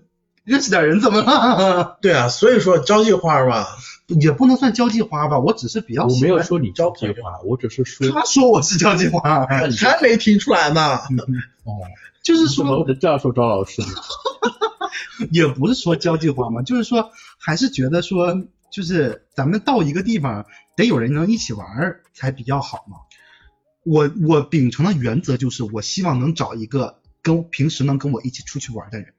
Speaker 1: 认识点人怎么了？
Speaker 2: 对啊，所以说交际花嘛，
Speaker 1: 也不能算交际花吧，我只是比较
Speaker 3: 我
Speaker 1: 喜
Speaker 3: 没有
Speaker 1: 欢
Speaker 3: 说你交际花，我只是说，
Speaker 1: 他说我是交际 花，
Speaker 3: 那你
Speaker 2: 还没提出来呢。
Speaker 3: 哦，
Speaker 1: 就是
Speaker 3: 怎
Speaker 1: 说
Speaker 3: 么会这样说张老师呢？
Speaker 1: 也不是说交际花嘛，就是说还是觉得说，就是咱们到一个地方得有人能一起玩儿才比较好嘛。我我秉承的原则就是，我希望能找一个跟平时能跟我一起出去玩的人。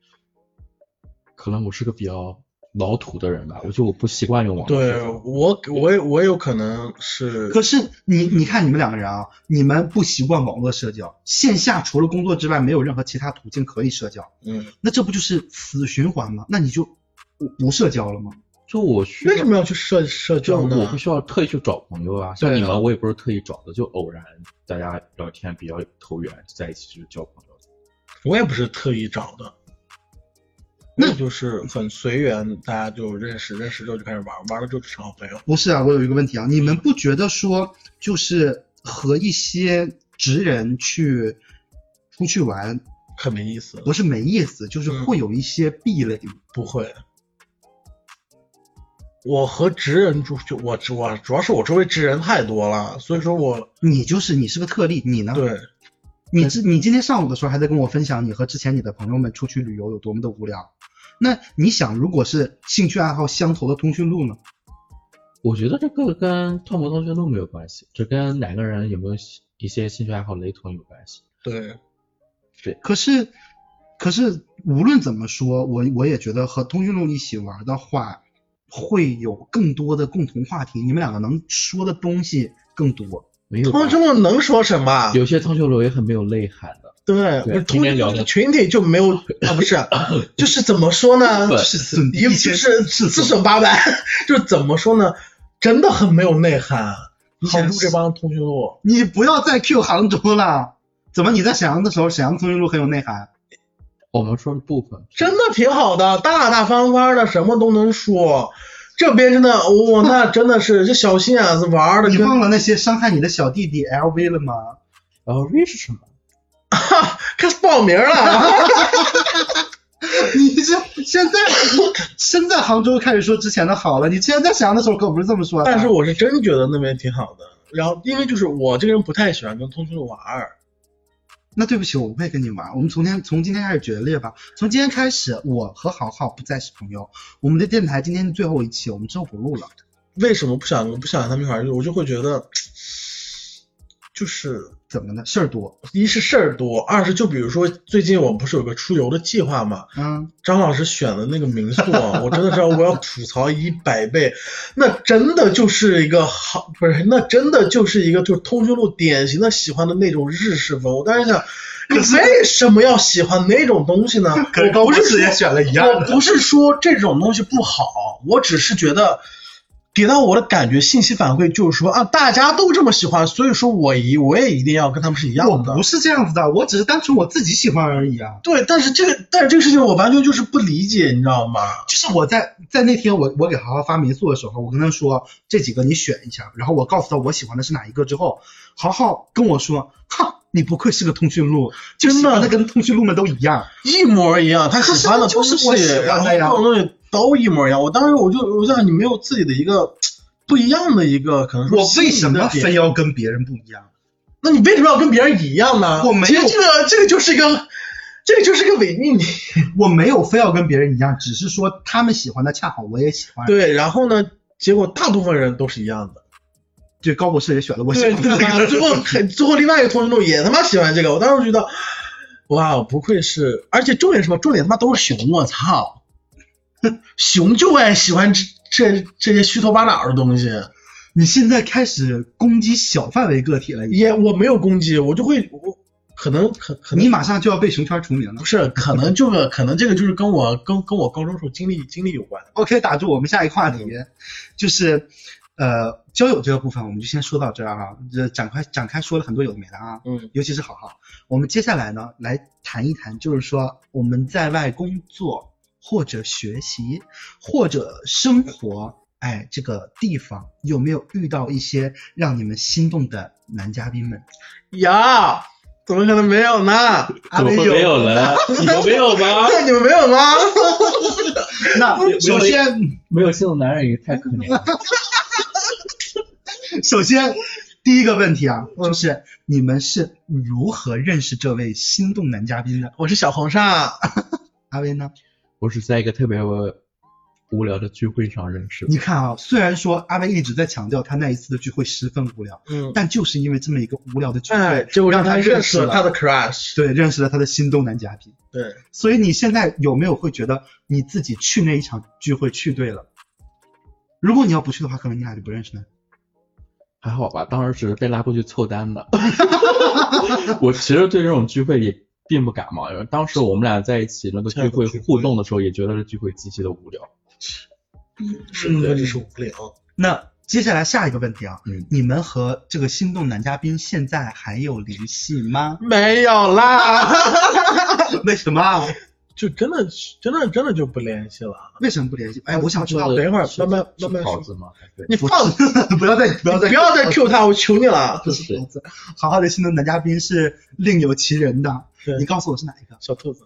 Speaker 3: 可能我是个比较老土的人吧，我觉得我不习惯用网络社
Speaker 2: 对
Speaker 3: 交。
Speaker 2: 我我也我有可能是
Speaker 1: 可是你你看你们两个人啊，你们不习惯网络社交，线下除了工作之外没有任何其他途径可以社交，
Speaker 2: 嗯，
Speaker 1: 那这不就是死循环吗？那你就不不社交了吗？
Speaker 3: 就我需要
Speaker 2: 为什么要去社社
Speaker 3: 就
Speaker 2: 交
Speaker 3: 我
Speaker 2: 呢
Speaker 3: 不？需要特意去找朋友啊，像
Speaker 2: 对啊
Speaker 3: 你们我也不是特意找的，就偶然大家聊天比较投缘，就在一起就交朋友。
Speaker 2: 我也不是特意找的，
Speaker 1: 那
Speaker 2: 我就是很随缘，大家就认识，认识之后就开始玩，玩了之后就成好朋友。
Speaker 1: 不是啊，我有一个问题啊，你们不觉得说就是和一些职人去出去玩，
Speaker 2: 很没意思，
Speaker 1: 不是没意思，就是会有一些壁垒吗？
Speaker 2: 不会。我和直人出去，我我主要是我周围直人太多了，所以说我
Speaker 1: 你就是你是个特例，你呢？
Speaker 2: 对
Speaker 1: 你之你今天上午的时候还在跟我分享你和之前你的朋友们出去旅游有多么的无聊，那你想如果是兴趣爱好相投的通讯录呢？
Speaker 3: 我觉得这个跟同不同学都没有关系，这跟两个人有没有一些兴趣爱好雷同有关系。
Speaker 2: 对，
Speaker 1: 可是，可是无论怎么说，我我也觉得和通讯录一起玩的话，会有更多的共同话题，你们两个能说的东西更多。
Speaker 3: 没有吧
Speaker 2: 通讯录能说什么？
Speaker 3: 有些同学录也很没有内涵的。
Speaker 2: 对，我
Speaker 3: 对今
Speaker 2: 通
Speaker 3: 天
Speaker 2: 讯
Speaker 3: 聊
Speaker 2: 录
Speaker 3: 的
Speaker 2: 这个群体就没有啊，不是，就是怎么说呢？
Speaker 3: 对
Speaker 1: 是损
Speaker 2: 一就是
Speaker 1: 是
Speaker 2: 四手八百， 就是怎么说呢？真的很没有内涵。好
Speaker 1: 好
Speaker 2: 录这帮通讯录，
Speaker 1: 你不要再 Q 杭州了。怎么你在沈阳的时候，沈阳通讯录很有内涵？
Speaker 3: 我们说的部分，
Speaker 2: 真的挺好的，大大方方的，什么都能说。这边真的，我、那真的是这小心眼子玩的
Speaker 1: 你
Speaker 2: 跟
Speaker 1: 忘了那些伤害你的小弟弟 LV 了吗？
Speaker 3: 然后 V 是什么？
Speaker 2: 开始报名了。
Speaker 1: 你这现在身在杭州开始说之前的好了，你之前在沈阳的时候可不是这么说的。
Speaker 2: 但是我是真觉得那边挺好的。然后，因为就是我这个人不太喜欢跟通讯录玩儿，
Speaker 1: 那对不起，我不会跟你玩。我们从天从今天开始决裂吧。从今天开始，我和豪豪不再是朋友。我们的电台今天是最后一期，我们之后不录了。
Speaker 2: 为什么不想不想跟他们一块儿？我就会觉得，就是
Speaker 1: 怎么了？事儿多。
Speaker 2: 一是事儿多，二是就比如说最近我不是有个出游的计划嘛，
Speaker 1: 嗯，
Speaker 2: 张老师选的那个民宿啊，我真的是我要吐槽一百倍，那真的就是一个好，不是，那真的就是一个就是通讯录典型的喜欢的那种日式风。我当时想，你为什么要喜欢那种东西呢？
Speaker 1: 可是
Speaker 2: 我不
Speaker 1: 高博
Speaker 2: 是
Speaker 1: 士
Speaker 2: 说
Speaker 1: 也选了一样的
Speaker 2: 我不是说这种东西不好，我只是觉得。给到我的感觉，信息反馈就是说啊，大家都这么喜欢，所以说我一我也一定要跟他们是一样的。
Speaker 1: 我不是这样子的，我只是单纯我自己喜欢而已啊。
Speaker 2: 对，但是这个，但是这个事情我完全就是不理解，你知道吗？
Speaker 1: 就是我在在那天我我给豪豪发民宿的时候，我跟他说这几个你选一下，然后我告诉他我喜欢的是哪一个之后，豪豪跟我说，哈，你不愧是个通讯录，就
Speaker 2: 真
Speaker 1: 喜
Speaker 2: 的
Speaker 1: 欢的跟通讯录们都一样。
Speaker 2: 一模一样，他喜欢的东
Speaker 1: 可是
Speaker 2: 西，
Speaker 1: 就是我喜欢的
Speaker 2: 然后
Speaker 1: 呀
Speaker 2: 各种东西都一模一样。我当时我就我就想，你没有自己的一个不一样的一个可能说
Speaker 1: 我为
Speaker 2: 吸
Speaker 1: 什
Speaker 2: 引的
Speaker 1: 么
Speaker 2: 点
Speaker 1: 非要跟别人不一样？
Speaker 2: 那你为什么要跟别人一样呢？
Speaker 1: 我没
Speaker 2: 其实
Speaker 1: 有
Speaker 2: 这个这个就是一个这个就是一个伪命题。
Speaker 1: 我没有非要跟别人一样，只是说他们喜欢的恰好我也喜欢。
Speaker 2: 对，然后呢，结果大部分人都是一样的。
Speaker 1: 就高博士也选了我喜
Speaker 2: 对
Speaker 1: 欢的
Speaker 2: 对
Speaker 1: 那
Speaker 2: 吧？
Speaker 1: 个，
Speaker 2: 最后很最后另外一个同学录也他妈喜欢这个，我当时觉得，哇，哦不愧是，而且重点是什么？重点他妈都是熊，我操，熊就爱喜欢这这这些虚头巴脑的东西。
Speaker 1: 你现在开始攻击小范围个体了，你
Speaker 2: 也我没有攻击，我就会我可能可可能
Speaker 1: 你马上就要被熊圈除名了
Speaker 2: 不。是可能这个可能这个就是跟我跟跟我高中时候经历经历有关。
Speaker 1: OK，打住，我们下一个话题就是，呃，交友这个部分我们就先说到这儿啊，这展开展开说了很多有的没的啊，
Speaker 2: 嗯
Speaker 1: 尤其是好好，我们接下来呢来谈一谈，就是说我们在外工作或者学习或者生活，哎，这个地方有没有遇到一些让你们心动的男嘉宾们？
Speaker 2: 呀，怎么可能没有呢？
Speaker 1: 啊，
Speaker 3: 怎么会没有呢？有没有吗？
Speaker 2: 那你们没有吗？
Speaker 1: 那首先，
Speaker 3: 没有心动男人也太可怜了。
Speaker 1: 首先第一个问题啊，就是你们是如何认识这位心动男嘉宾的？
Speaker 2: 我是小红扇，
Speaker 1: 阿威呢？
Speaker 3: 我是在一个特别无聊的聚会上认识的
Speaker 1: 你。看啊，虽然说阿威一直在强调他那一次的聚会十分无聊，
Speaker 2: 嗯，
Speaker 1: 但就是因为这么一个无聊的聚
Speaker 2: 哎，
Speaker 1: 会，
Speaker 2: 结果
Speaker 1: 让
Speaker 2: 他
Speaker 1: 认
Speaker 2: 认
Speaker 1: 识
Speaker 2: 识了他的 crush。
Speaker 1: 对，认识了他的心动男嘉宾。
Speaker 2: 对，
Speaker 1: 所以你现在有没有会觉得你自己去那一场聚会去对了？如果你要不去的话，可能你俩就不认识了。
Speaker 3: 还好吧，当时只是被拉过去凑单的。 我其实对这种聚会也并不感冒，因为当时我们俩在一起那个聚会互动的时候，也觉得这聚会极其的无聊。
Speaker 2: 是的，这是无聊。
Speaker 1: 那接下来下一个问题啊，
Speaker 3: 嗯
Speaker 1: 你们和这个心动男嘉宾现在还有联系吗？
Speaker 2: 没有 啦，
Speaker 1: 为什么？啊
Speaker 2: 就真的真的真的就不联系了。
Speaker 1: 为什么不联系？哎，我想知道。
Speaker 2: 等一会儿
Speaker 3: 是
Speaker 2: 慢慢
Speaker 3: 是
Speaker 2: 慢慢
Speaker 3: 桃
Speaker 2: 说。
Speaker 3: 子吗？还是
Speaker 2: 你放，
Speaker 1: 不要再不要再
Speaker 2: 不要再 Q 他，我求你了。
Speaker 1: 不是好好的心动男嘉宾是另有其人的。
Speaker 2: 对
Speaker 1: 你告诉我是哪一个？
Speaker 2: 小兔子，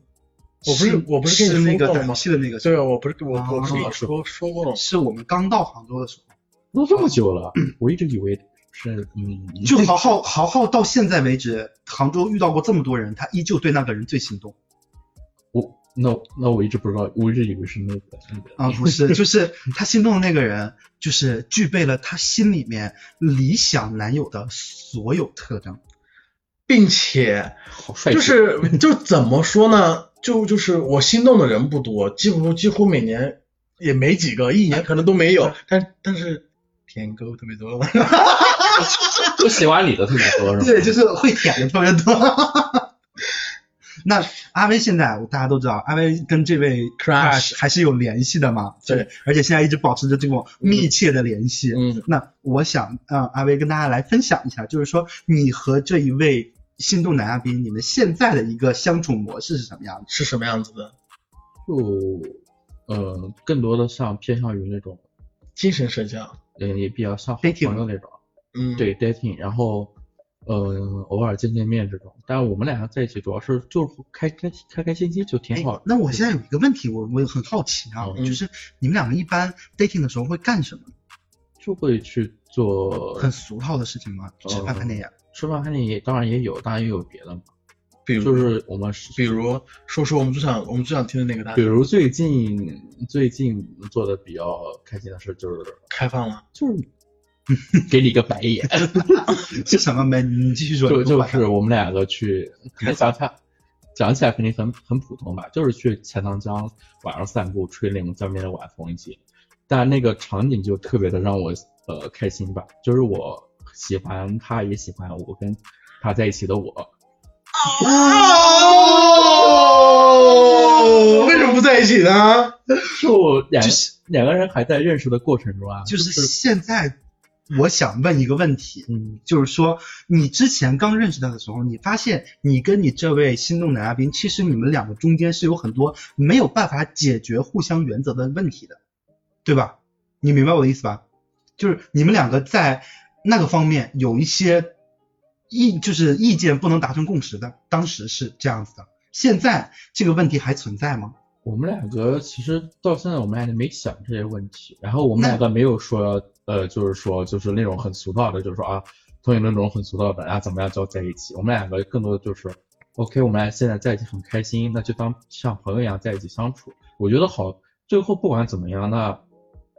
Speaker 2: 我不是我不是
Speaker 1: 是
Speaker 2: 跟
Speaker 1: 那
Speaker 2: 你
Speaker 1: 个
Speaker 2: 说过
Speaker 1: 打
Speaker 2: 了
Speaker 1: 游
Speaker 2: 吗？
Speaker 1: 戏的那个，
Speaker 2: 对，我不是我
Speaker 1: 啊
Speaker 2: 我不是跟你
Speaker 1: 是
Speaker 2: 说说过了吗？
Speaker 1: 是我们刚到杭州的时候，
Speaker 3: 都这么久了，我一直以为是嗯，
Speaker 1: 就豪浩豪浩到现在为止，杭州遇到过这么多人，他依旧对那个人最心动
Speaker 3: 我那那我一直不知道，我一直以为是那个那个
Speaker 1: 啊，不是，就是他心动的那个人，就是具备了他心里面理想男友的所有特征。
Speaker 2: 并且
Speaker 3: 好帅气，
Speaker 2: 就是 就怎么说呢？就就是我心动的人不多，几乎几乎每年也没几个，一年可能都没有。但但是舔狗特别多，
Speaker 3: 我喜欢你的特别多是吗？
Speaker 1: 对，就是会舔的特别多。 那阿威现在大家都知道，阿威跟这位
Speaker 2: Crush
Speaker 1: 还是有联系的嘛？
Speaker 2: 对，
Speaker 1: 而且现在一直保持着这种密切的联系。
Speaker 2: 嗯，
Speaker 1: 那我想让阿威跟大家来分享一下，就是说你和这一位心动男嘉宾，你们现在的一个相处模式是什么样的？
Speaker 2: 是什么样子的？
Speaker 3: 就呃，更多的像偏向于那种，
Speaker 2: 精神社交，
Speaker 3: 嗯，也比较像好
Speaker 1: Dating
Speaker 3: 朋友那种。
Speaker 2: 嗯，，
Speaker 3: 对 dating，然后嗯、偶尔见见面这种。但我们俩在一起主要是就是开开开开心心就挺好
Speaker 1: 哎
Speaker 3: 的，。
Speaker 1: 那我现在有一个问题，我我很好奇啊，
Speaker 2: 嗯
Speaker 1: 就是你们两个一般 dating 的时候会干什么？
Speaker 3: 就会去做
Speaker 1: 很俗套的事情吗？
Speaker 3: 哦
Speaker 1: 吃饭看电影？
Speaker 3: 吃饭看电影，当然也有，当然也有别的嘛。
Speaker 2: 比如
Speaker 3: 就是我们是
Speaker 2: 比如说说我们最想我们最想听的那个大
Speaker 3: 比如最近最近做的比较开心的事就是
Speaker 2: 开放了，
Speaker 3: 就是给你一个白眼，
Speaker 1: 是什么没？你继续说。
Speaker 3: 就
Speaker 1: 你不
Speaker 3: 就
Speaker 1: 管
Speaker 3: 是我们两个去，哎可能想起来讲起来肯定很很普通吧，就是去钱塘江晚上散步，吹那种江边的晚风一起，但那个场景就特别的让我呃开心吧，就是我喜欢他，也喜欢我跟他在一起的我，
Speaker 2: 哦，为什么不在一起呢？
Speaker 3: 就两个
Speaker 1: 就是
Speaker 3: 两个人还在认识的过程中啊，
Speaker 1: 就是
Speaker 3: 是
Speaker 1: 现在，我想问一个问题，
Speaker 3: 嗯，
Speaker 1: 就是说你之前刚认识他的时候，你发现你跟你这位心动男嘉宾，其实你们两个中间是有很多没有办法解决互相原则的问题的，对吧？你明白我的意思吧？就是你们两个在那个方面有一些意，就是意见不能达成共识的，当时是这样子的。现在这个问题还存在吗？
Speaker 3: 我们两个其实到现在我们俩也没想这些问题，然后我们
Speaker 1: 那
Speaker 3: 两个没有说，呃，就是说就是那种很俗套的，就是说啊，同有那种很俗套的，啊然后怎么样就要在一起。我们两个更多的就是，OK，我们俩现在在一起很开心，那就当像朋友一样在一起相处。我觉得好，最后不管怎么样，那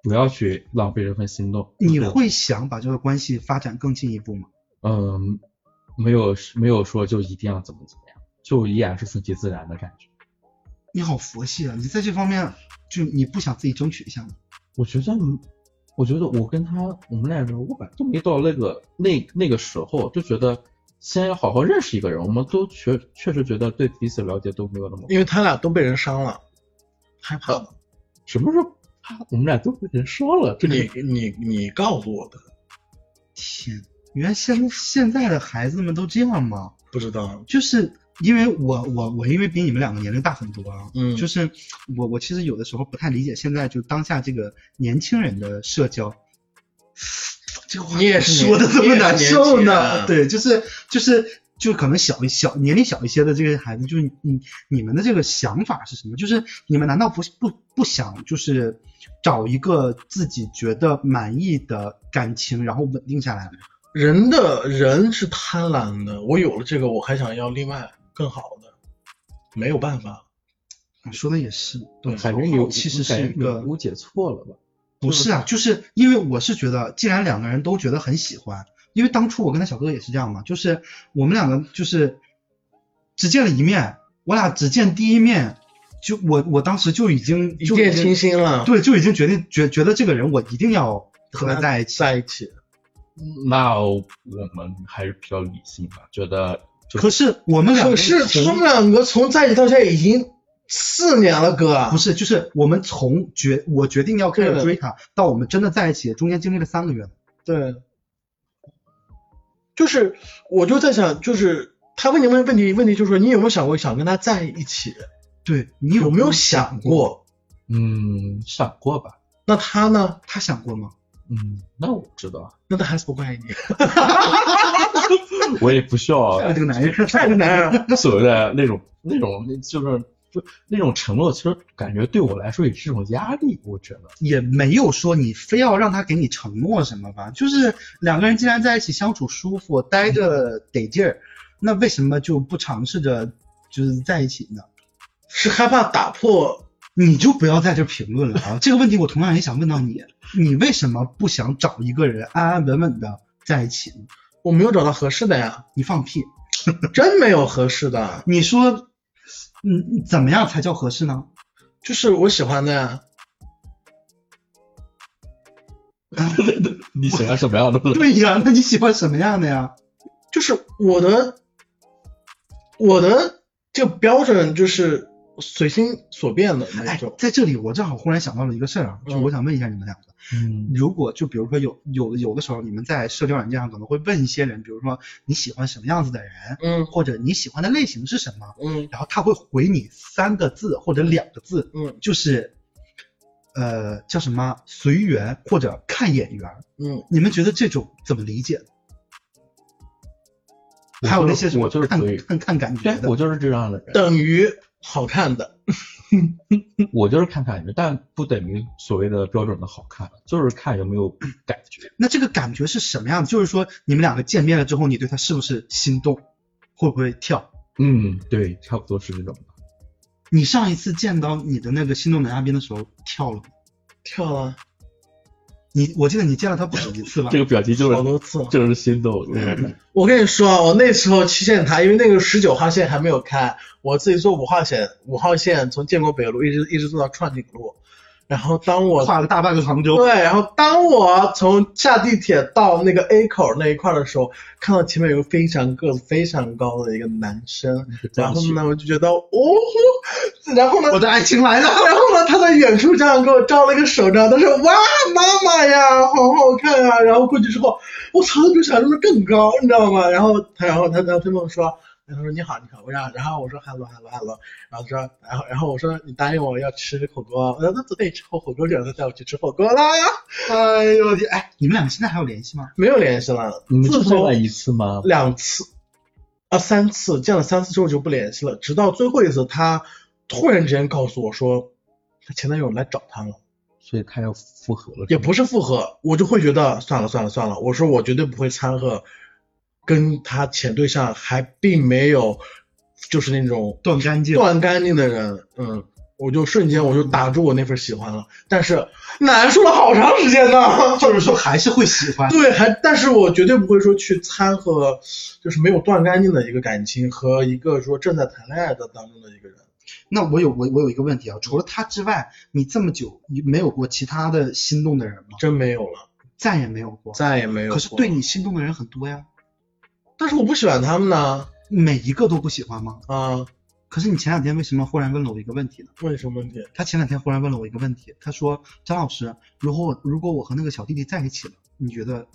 Speaker 3: 不要去浪费这份心动。
Speaker 1: 你会想把这个关系发展更进一步吗？
Speaker 3: 嗯，没有没有说就一定要怎么怎么样，就依然是顺其自然的感觉。
Speaker 1: 你好佛系啊！你在这方面就你不想自己争取一下吗？
Speaker 3: 我觉得，我觉得我跟他我们俩人，我本来都没到那个那那个时候，就觉得先要好好认识一个人。我们都确确实觉得对彼此了解都没有那么
Speaker 2: 因为他俩都被人伤了，害
Speaker 3: 呃
Speaker 2: 怕了。
Speaker 3: 什么时候啊我们俩都被人伤了？这个
Speaker 2: 你你你告诉我的，
Speaker 1: 天，原来现现在的孩子们都这样吗？
Speaker 2: 不知道。
Speaker 1: 就是因为我我我因为比你们两个年龄大很多啊，
Speaker 2: 嗯
Speaker 1: 就是我我其实有的时候不太理解现在就当下这个年轻人的社交，这话
Speaker 2: 你也是
Speaker 1: 说的这么
Speaker 2: 年
Speaker 1: 难
Speaker 2: 你也是
Speaker 1: 受
Speaker 2: 年轻啊
Speaker 1: 呢？
Speaker 2: 人
Speaker 1: 对，就是就是。就可能小一小年龄小一些的这些孩子，就是你你们的这个想法是什么？就是你们难道不不不想就是找一个自己觉得满意的感情，然后稳定下来吗？
Speaker 2: 人的人是贪婪的，我有了这个，我还想要另外更好的，没有办法。
Speaker 1: 啊说的也是，
Speaker 2: 对
Speaker 3: 感觉
Speaker 1: 好
Speaker 3: 有
Speaker 1: 其实是一个
Speaker 3: 误解错了吧？
Speaker 1: 不是啊，就是因为我是觉得，既然两个人都觉得很喜欢，因为当初我跟他小哥哥也是这样嘛，就是我们两个就是只见了一面，我俩只见第一面，就我我当时就已经
Speaker 2: 一
Speaker 1: 就
Speaker 2: 见
Speaker 1: 已经
Speaker 2: 倾心了，
Speaker 1: 对，就已经决定觉觉得这个人我一定要和他在一起。
Speaker 2: 在一起，
Speaker 3: 那我们还是比较理性吧，觉得就
Speaker 1: 可是我们两
Speaker 2: 可
Speaker 1: 个
Speaker 2: 是
Speaker 1: 从
Speaker 2: 他们两个从在一起到现在已经四年了，哥，
Speaker 1: 不是，就是我们从决我决定要开
Speaker 2: 对
Speaker 1: 始
Speaker 2: 的
Speaker 1: 追他，到我们真的在一起，中间经历了三个月。
Speaker 2: 对，就是我就在想，就是他问你问问题，问题就是说你有没有想过想跟他在一起，
Speaker 1: 对你
Speaker 2: 有没有
Speaker 1: 想
Speaker 2: 想？过？
Speaker 3: 嗯想过吧，
Speaker 2: 那他呢？
Speaker 1: 他想过吗？
Speaker 3: 嗯，那我知 道，
Speaker 2: 那他还是不 爱你，
Speaker 3: 我也不需 要
Speaker 1: 这个男人，
Speaker 2: 太难了。
Speaker 3: 所谓的那种那种就是就那种承诺，其实感觉对我来说也是一种压力，我觉得。
Speaker 1: 也没有说你非要让他给你承诺什么吧，就是两个人既然在一起相处舒服，待着得劲儿，那为什么就不尝试着就是在一起呢？
Speaker 2: 是害怕打破，
Speaker 1: 你就不要在这评论了啊！这个问题我同样也想问到你，你为什么不想找一个人安安稳稳的在一起呢？
Speaker 2: 我没有找到合适的呀，
Speaker 1: 你放屁！
Speaker 2: 真没有合适的，
Speaker 1: 你说，嗯，怎么样才叫合适呢？
Speaker 2: 就是我喜欢的呀。
Speaker 3: 你喜欢什么样的？
Speaker 1: 对呀，那你喜欢什么样的呀？
Speaker 2: 就是我的我的这个标准就是随心所变的那
Speaker 1: 哎
Speaker 2: 种，。
Speaker 1: 在这里我正好忽然想到了一个事儿啊，就
Speaker 2: 嗯
Speaker 1: 我想问一下你们两个。
Speaker 3: 嗯，
Speaker 1: 如果就比如说有有有的时候，你们在社交软件上可能会问一些人，比如说你喜欢什么样子的人，
Speaker 2: 嗯
Speaker 1: 或者你喜欢的类型是什么，
Speaker 2: 嗯
Speaker 1: 然后他会回你三个字或者两个字，
Speaker 2: 嗯
Speaker 1: 就是呃叫什么随缘或者看眼缘儿。
Speaker 2: 嗯，
Speaker 1: 你们觉得这种怎么理解？
Speaker 3: 我
Speaker 1: 还有
Speaker 3: 就
Speaker 1: 那
Speaker 3: 是
Speaker 1: 些什么
Speaker 3: 我就是
Speaker 1: 看
Speaker 3: 可以
Speaker 1: 看看感觉
Speaker 3: 对，我
Speaker 1: 的，
Speaker 3: 就是这样的人，
Speaker 2: 等于好看的。
Speaker 3: 我就是看看人，但不等于所谓的标准的好看，就是看有没有感觉。
Speaker 1: 那这个感觉是什么样的？就是说你们两个见面了之后，你对他是不是心动，会不会跳？
Speaker 3: 嗯，对，差不多是这种吧。
Speaker 1: 你上一次见到你的那个心动男嘉宾的时候跳了吗？
Speaker 2: 跳啊了
Speaker 1: 你我记得你见了他不止一次吧？
Speaker 3: 这个表情就
Speaker 2: 好
Speaker 3: 是
Speaker 2: 多次了。
Speaker 3: 就是心动。
Speaker 2: 我跟你说啊，我那时候去县台，因为那个十九号线还没有开，我自己坐五号线，五号线从建国北路一直一直坐到创景路。然后当我
Speaker 1: 跨了大半个杭州，
Speaker 2: 对， 然后当我从下地铁到那个 A 口那一块儿的时候，看到前面有个非常个子非常高的一个男生，然后 呢，我就觉得哦，然后呢，
Speaker 1: 我的爱情来了。
Speaker 2: 然后呢，他在远处这样给我照了一个手照，他说：“哇，妈妈呀，好好看啊！”然后过去之后，我操，他比我想象中更高，你知道吗？然后他，然后他，他他跟我说，他说：“你好，你好。”我让，然后我说：“hello，hello，hello。”然后他说，然后然后我说：“你答应我要吃火锅。”那那走，那吃火锅去了，他带我去吃火锅啦。
Speaker 1: 哎呦我的哎，你们俩现在还有联系吗？
Speaker 2: 没有联系了，
Speaker 3: 你们就
Speaker 2: 自
Speaker 3: 见了
Speaker 2: 从
Speaker 3: 一次吗？
Speaker 2: 两次啊三次见了三次之后就不联系了，直到最后一次，他突然之间告诉我说，他前男友来找他了。
Speaker 3: 所以他要复合了。
Speaker 2: 也不是复合，我就会觉得算了算了算了，我说我绝对不会掺和，跟他前对象还并没有就是那种
Speaker 1: 断干净。
Speaker 2: 断干净的人，嗯，我就瞬间我就打住我那份喜欢了，但是难受了好长时间呢。
Speaker 1: 就是说还是会喜欢。
Speaker 2: 对，还但是我绝对不会说去掺和，就是没有断干净的一个感情和一个说正在谈恋爱的当中的一个人。
Speaker 1: 那我有我我有一个问题啊，除了他之外，你这么久你没有过其他的心动的人吗？
Speaker 2: 真没有了，
Speaker 1: 再也没有过。
Speaker 2: 再也没有过。
Speaker 1: 可是对，你心动的人很多呀，
Speaker 2: 但是我不喜欢他们呢。
Speaker 1: 每一个都不喜欢吗？
Speaker 2: 啊，
Speaker 1: 可是你前两天为什么忽然问了我一个问题呢？
Speaker 2: 问什么问题？
Speaker 1: 他前两天忽然问了我一个问题，他说：“张老师，如果我如果我和那个小弟弟在一起了，你觉得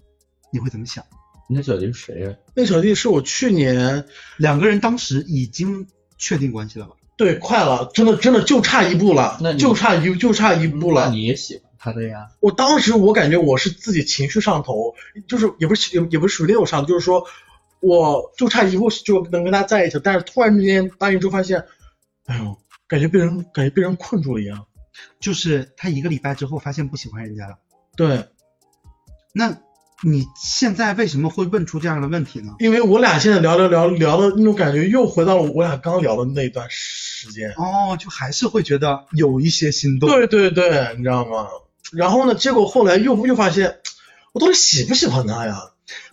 Speaker 1: 你会怎么想
Speaker 3: 你那小弟是谁啊呀？
Speaker 2: 那小弟是我去年？”
Speaker 1: 两个人当时已经确定关系了吧？
Speaker 2: 对快了，真的真的就差一步了
Speaker 3: 那，你
Speaker 2: 就差一就差一步了
Speaker 3: 那。你也喜欢他的呀？
Speaker 2: 我当时我感觉我是自己情绪上头，就是也不是也也不是属于那种上头，就是说我就差一步就能跟他在一起，但是突然之间答应之后发现，哎呦，感觉被人感觉被人困住了一样。
Speaker 1: 就是他一个礼拜之后发现不喜欢人家了。
Speaker 2: 对，
Speaker 1: 那你现在为什么会问出这样的问题呢？
Speaker 2: 因为我俩现在聊聊聊聊的那种感觉，又回到了我俩刚聊的那段时间。
Speaker 1: 哦，就还是会觉得有一些心动。
Speaker 2: 对对对，你知道吗？然后呢，结果后来又又发现，我到底喜不喜欢他呀？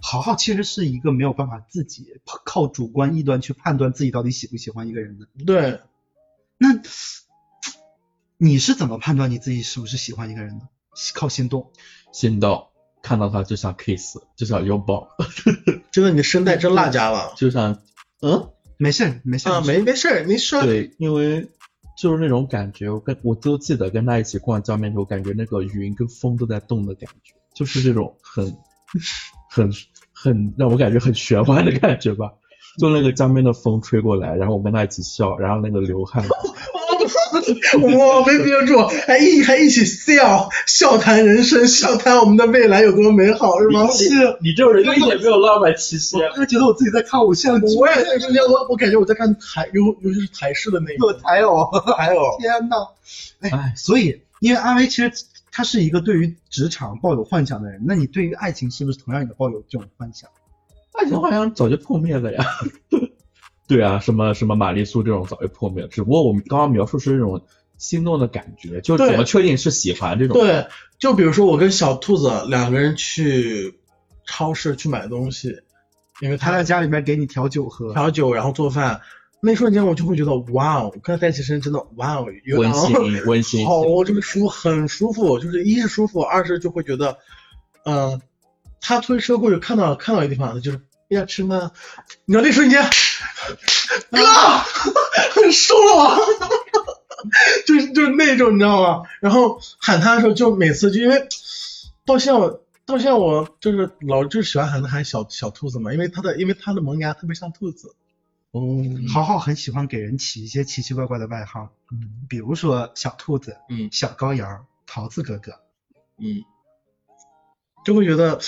Speaker 1: 豪豪其实是一个没有办法自己靠主观臆断去判断自己到底喜不喜欢一个人的。
Speaker 2: 对，
Speaker 1: 那你是怎么判断你自己是不是喜欢一个人的？靠心动，
Speaker 3: 心动，看到他就想 kiss，就想拥抱，
Speaker 2: 真的，你声带真辣家了
Speaker 3: 就想嗯，
Speaker 1: 没事儿没事儿
Speaker 2: 啊！没没事儿，没事儿。
Speaker 3: 对，因为就是那种感觉，我跟我都记得跟他一起逛江面的时候，感觉那个云跟风都在动的感觉，就是这种很很很让我感觉很玄幻的感觉吧。就那个江边的风吹过来，然后我跟他一起笑，然后那个流汗，
Speaker 2: 我没憋住，还一还一起笑，笑谈人生，笑谈我们的未来有多美好，是吗？是。
Speaker 3: 你这种人就一点没有浪漫气息。啊
Speaker 1: 我觉得我自己在看偶像剧，
Speaker 2: 我也在中间，我我感觉我在看台，尤尤其是台式的那一
Speaker 1: 我
Speaker 2: 种，
Speaker 1: 才有。
Speaker 2: 还有
Speaker 1: 天呐，哎
Speaker 3: 哎，
Speaker 1: 所以因为阿威其实他是一个对于职场抱有幻想的人，那你对于爱情是不是同样也抱有这种幻想？
Speaker 3: 爱情好像早就破灭了呀。 对啊，什么什么玛丽苏这种早就破灭了，只不过我们刚刚描述是这种心动的感觉，就是
Speaker 2: 对
Speaker 3: 怎么确定是喜欢这种。
Speaker 2: 对，就比如说我跟小兔子两个人去超市去买东西，因为
Speaker 1: 他
Speaker 2: 他
Speaker 1: 在家里面给你调酒喝，
Speaker 2: 调酒，然后做饭，那一瞬间我就会觉得哇哦，跟他在一起真的哇哦，有
Speaker 3: 温 馨温馨。
Speaker 2: 好，这个舒服很舒服，就是一是舒服，二是就会觉得，嗯、他推车过去看到看到一个地方，他就是哎呀吃饭，你知道那瞬间，哥，收了我， 就是就是那种你知道吗？然后喊他的时候，就每次就因为到现在我。到现在我就是老就是喜欢喊他喊小小兔子嘛，因为他的因为他的萌芽特别像兔子，
Speaker 3: 哦，
Speaker 1: 豪豪很喜欢给人起一些奇奇怪怪的外号，嗯比如说小兔子、
Speaker 2: 嗯
Speaker 1: 小羔羊、桃子哥哥。
Speaker 2: 嗯，就会觉得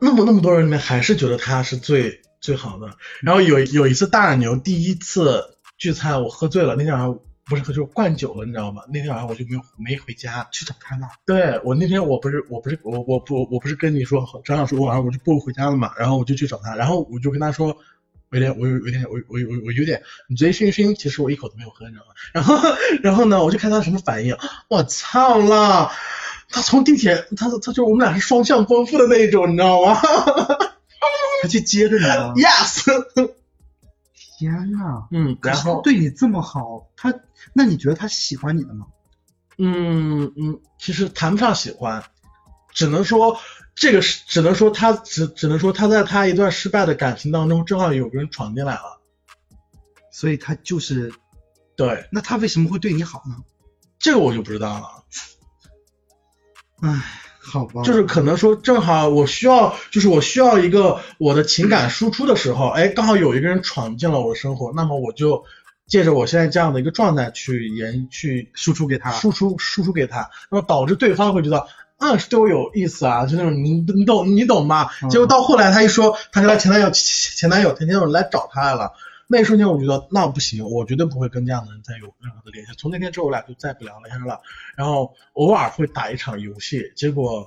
Speaker 2: 那么那么多人里面，还是觉得他是最最好的。然后有有一次大耳牛第一次聚餐，我喝醉了，那天晚上不是喝酒灌酒了，你知道吗？那天晚上我就没有没回家去找他了。对我那天我不是我不是我我不我不是跟你说张老师我晚上我就不回家了嘛，然后我就去找他，然后我就跟他说。我有点，我有有点，我我我我有点醉醺醺，其实我一口都没有喝，你知道吗？ 然后，然后呢，我就看他什么反应，我操了！他从地铁，他他就我们俩是双向奔赴的那一种，你知道吗。
Speaker 1: 他去接着你了
Speaker 2: ？Yes，
Speaker 1: 天呐，
Speaker 2: 嗯，
Speaker 1: 可
Speaker 2: 然
Speaker 1: 是他
Speaker 2: 后
Speaker 1: 对你这么好，他那你觉得他喜欢你了吗？
Speaker 2: 嗯嗯，其实谈不上喜欢，只能说这个是，只能说他只只能说他在他一段失败的感情当中，正好有个人闯进来了。
Speaker 1: 所以他就是，
Speaker 2: 对，
Speaker 1: 那他为什么会对你好呢？
Speaker 2: 这个我就不知道了，
Speaker 1: 唉，好吧，
Speaker 2: 就是可能说正好我需要，就是我需要一个我的情感输出的时候，哎，刚好有一个人闯进了我的生活，那么我就借着我现在这样的一个状态去研去
Speaker 1: 输出给他。
Speaker 2: 输出输出给他，那么导致对方会觉得，嗯，是对我有意思啊，就那种你你懂你懂吗
Speaker 1: 嗯？
Speaker 2: 结果到后来他一说，他跟他前男友前前男友前男友来找他来了，那一瞬间我觉得那不行，我绝对不会跟这样的人再有任何的联系。从那天之后我俩就再也不聊天了，然后偶尔会打一场游戏，结果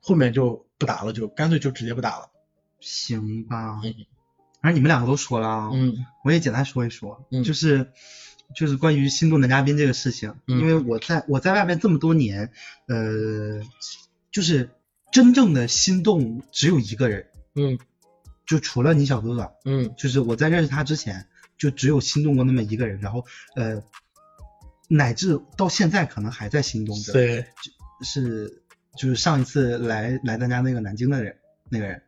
Speaker 2: 后面就不打了，就干脆就直接不打了。
Speaker 1: 行吧
Speaker 2: 嗯，
Speaker 1: 反正你们两个都说了啊，
Speaker 2: 嗯
Speaker 1: 我也简单说一说，
Speaker 2: 嗯
Speaker 1: 就是就是关于心动男嘉宾这个事情，
Speaker 4: 嗯
Speaker 1: 因为我在我在外面这么多年，呃，就是真正的心动只有一个人，
Speaker 2: 嗯
Speaker 1: 就除了你小哥哥，
Speaker 2: 嗯
Speaker 1: 就是我在认识他之前，就只有心动过那么一个人，然后呃，乃至到现在可能还在心动着，
Speaker 2: 对，
Speaker 1: 是就是上一次来来咱家那个南京的人，那个人，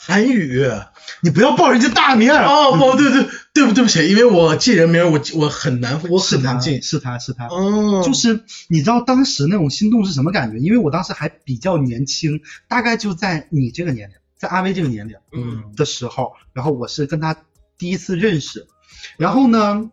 Speaker 2: 韩语
Speaker 1: 你不要报人家大名儿，
Speaker 2: 哦不对对对不对不起，因为我记人名儿我记我很难我
Speaker 1: 是
Speaker 2: 很
Speaker 1: 他
Speaker 2: 难记，
Speaker 1: 是他是他，
Speaker 2: 哦，
Speaker 1: 就是你知道当时那种心动是什么感觉？因为我当时还比较年轻，大概就在你这个年龄，在阿威这个年龄
Speaker 2: 嗯
Speaker 1: 的时候，然后我是跟他第一次认识，然后呢，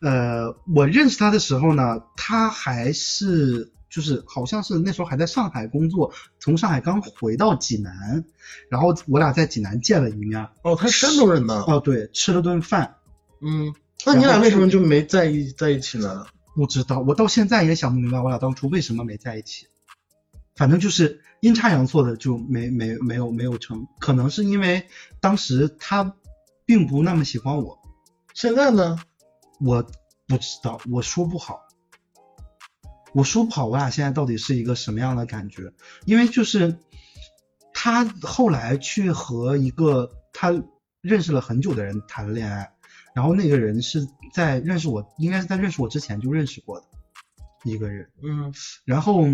Speaker 1: 呃，我认识他的时候呢，他还是就是好像是那时候还在上海工作，从上海刚回到济南，然后我俩在济南见了一面，
Speaker 2: 哦他是山东人呢，
Speaker 1: 哦对，吃了顿饭，
Speaker 2: 嗯，那你俩为什么就没在一在一起呢？
Speaker 1: 不知道，我到现在也想不明白我俩当初为什么没在一起。反正就是阴差阳错的就没没没有没有成，可能是因为当时他并不那么喜欢我，
Speaker 2: 现在呢？
Speaker 1: 我不知道，我说不好，我说不好，我俩现在到底是一个什么样的感觉？因为就是他后来去和一个他认识了很久的人谈了恋爱，然后那个人是在认识我，应该是在认识我之前就认识过的一个人，
Speaker 2: 嗯
Speaker 1: 然后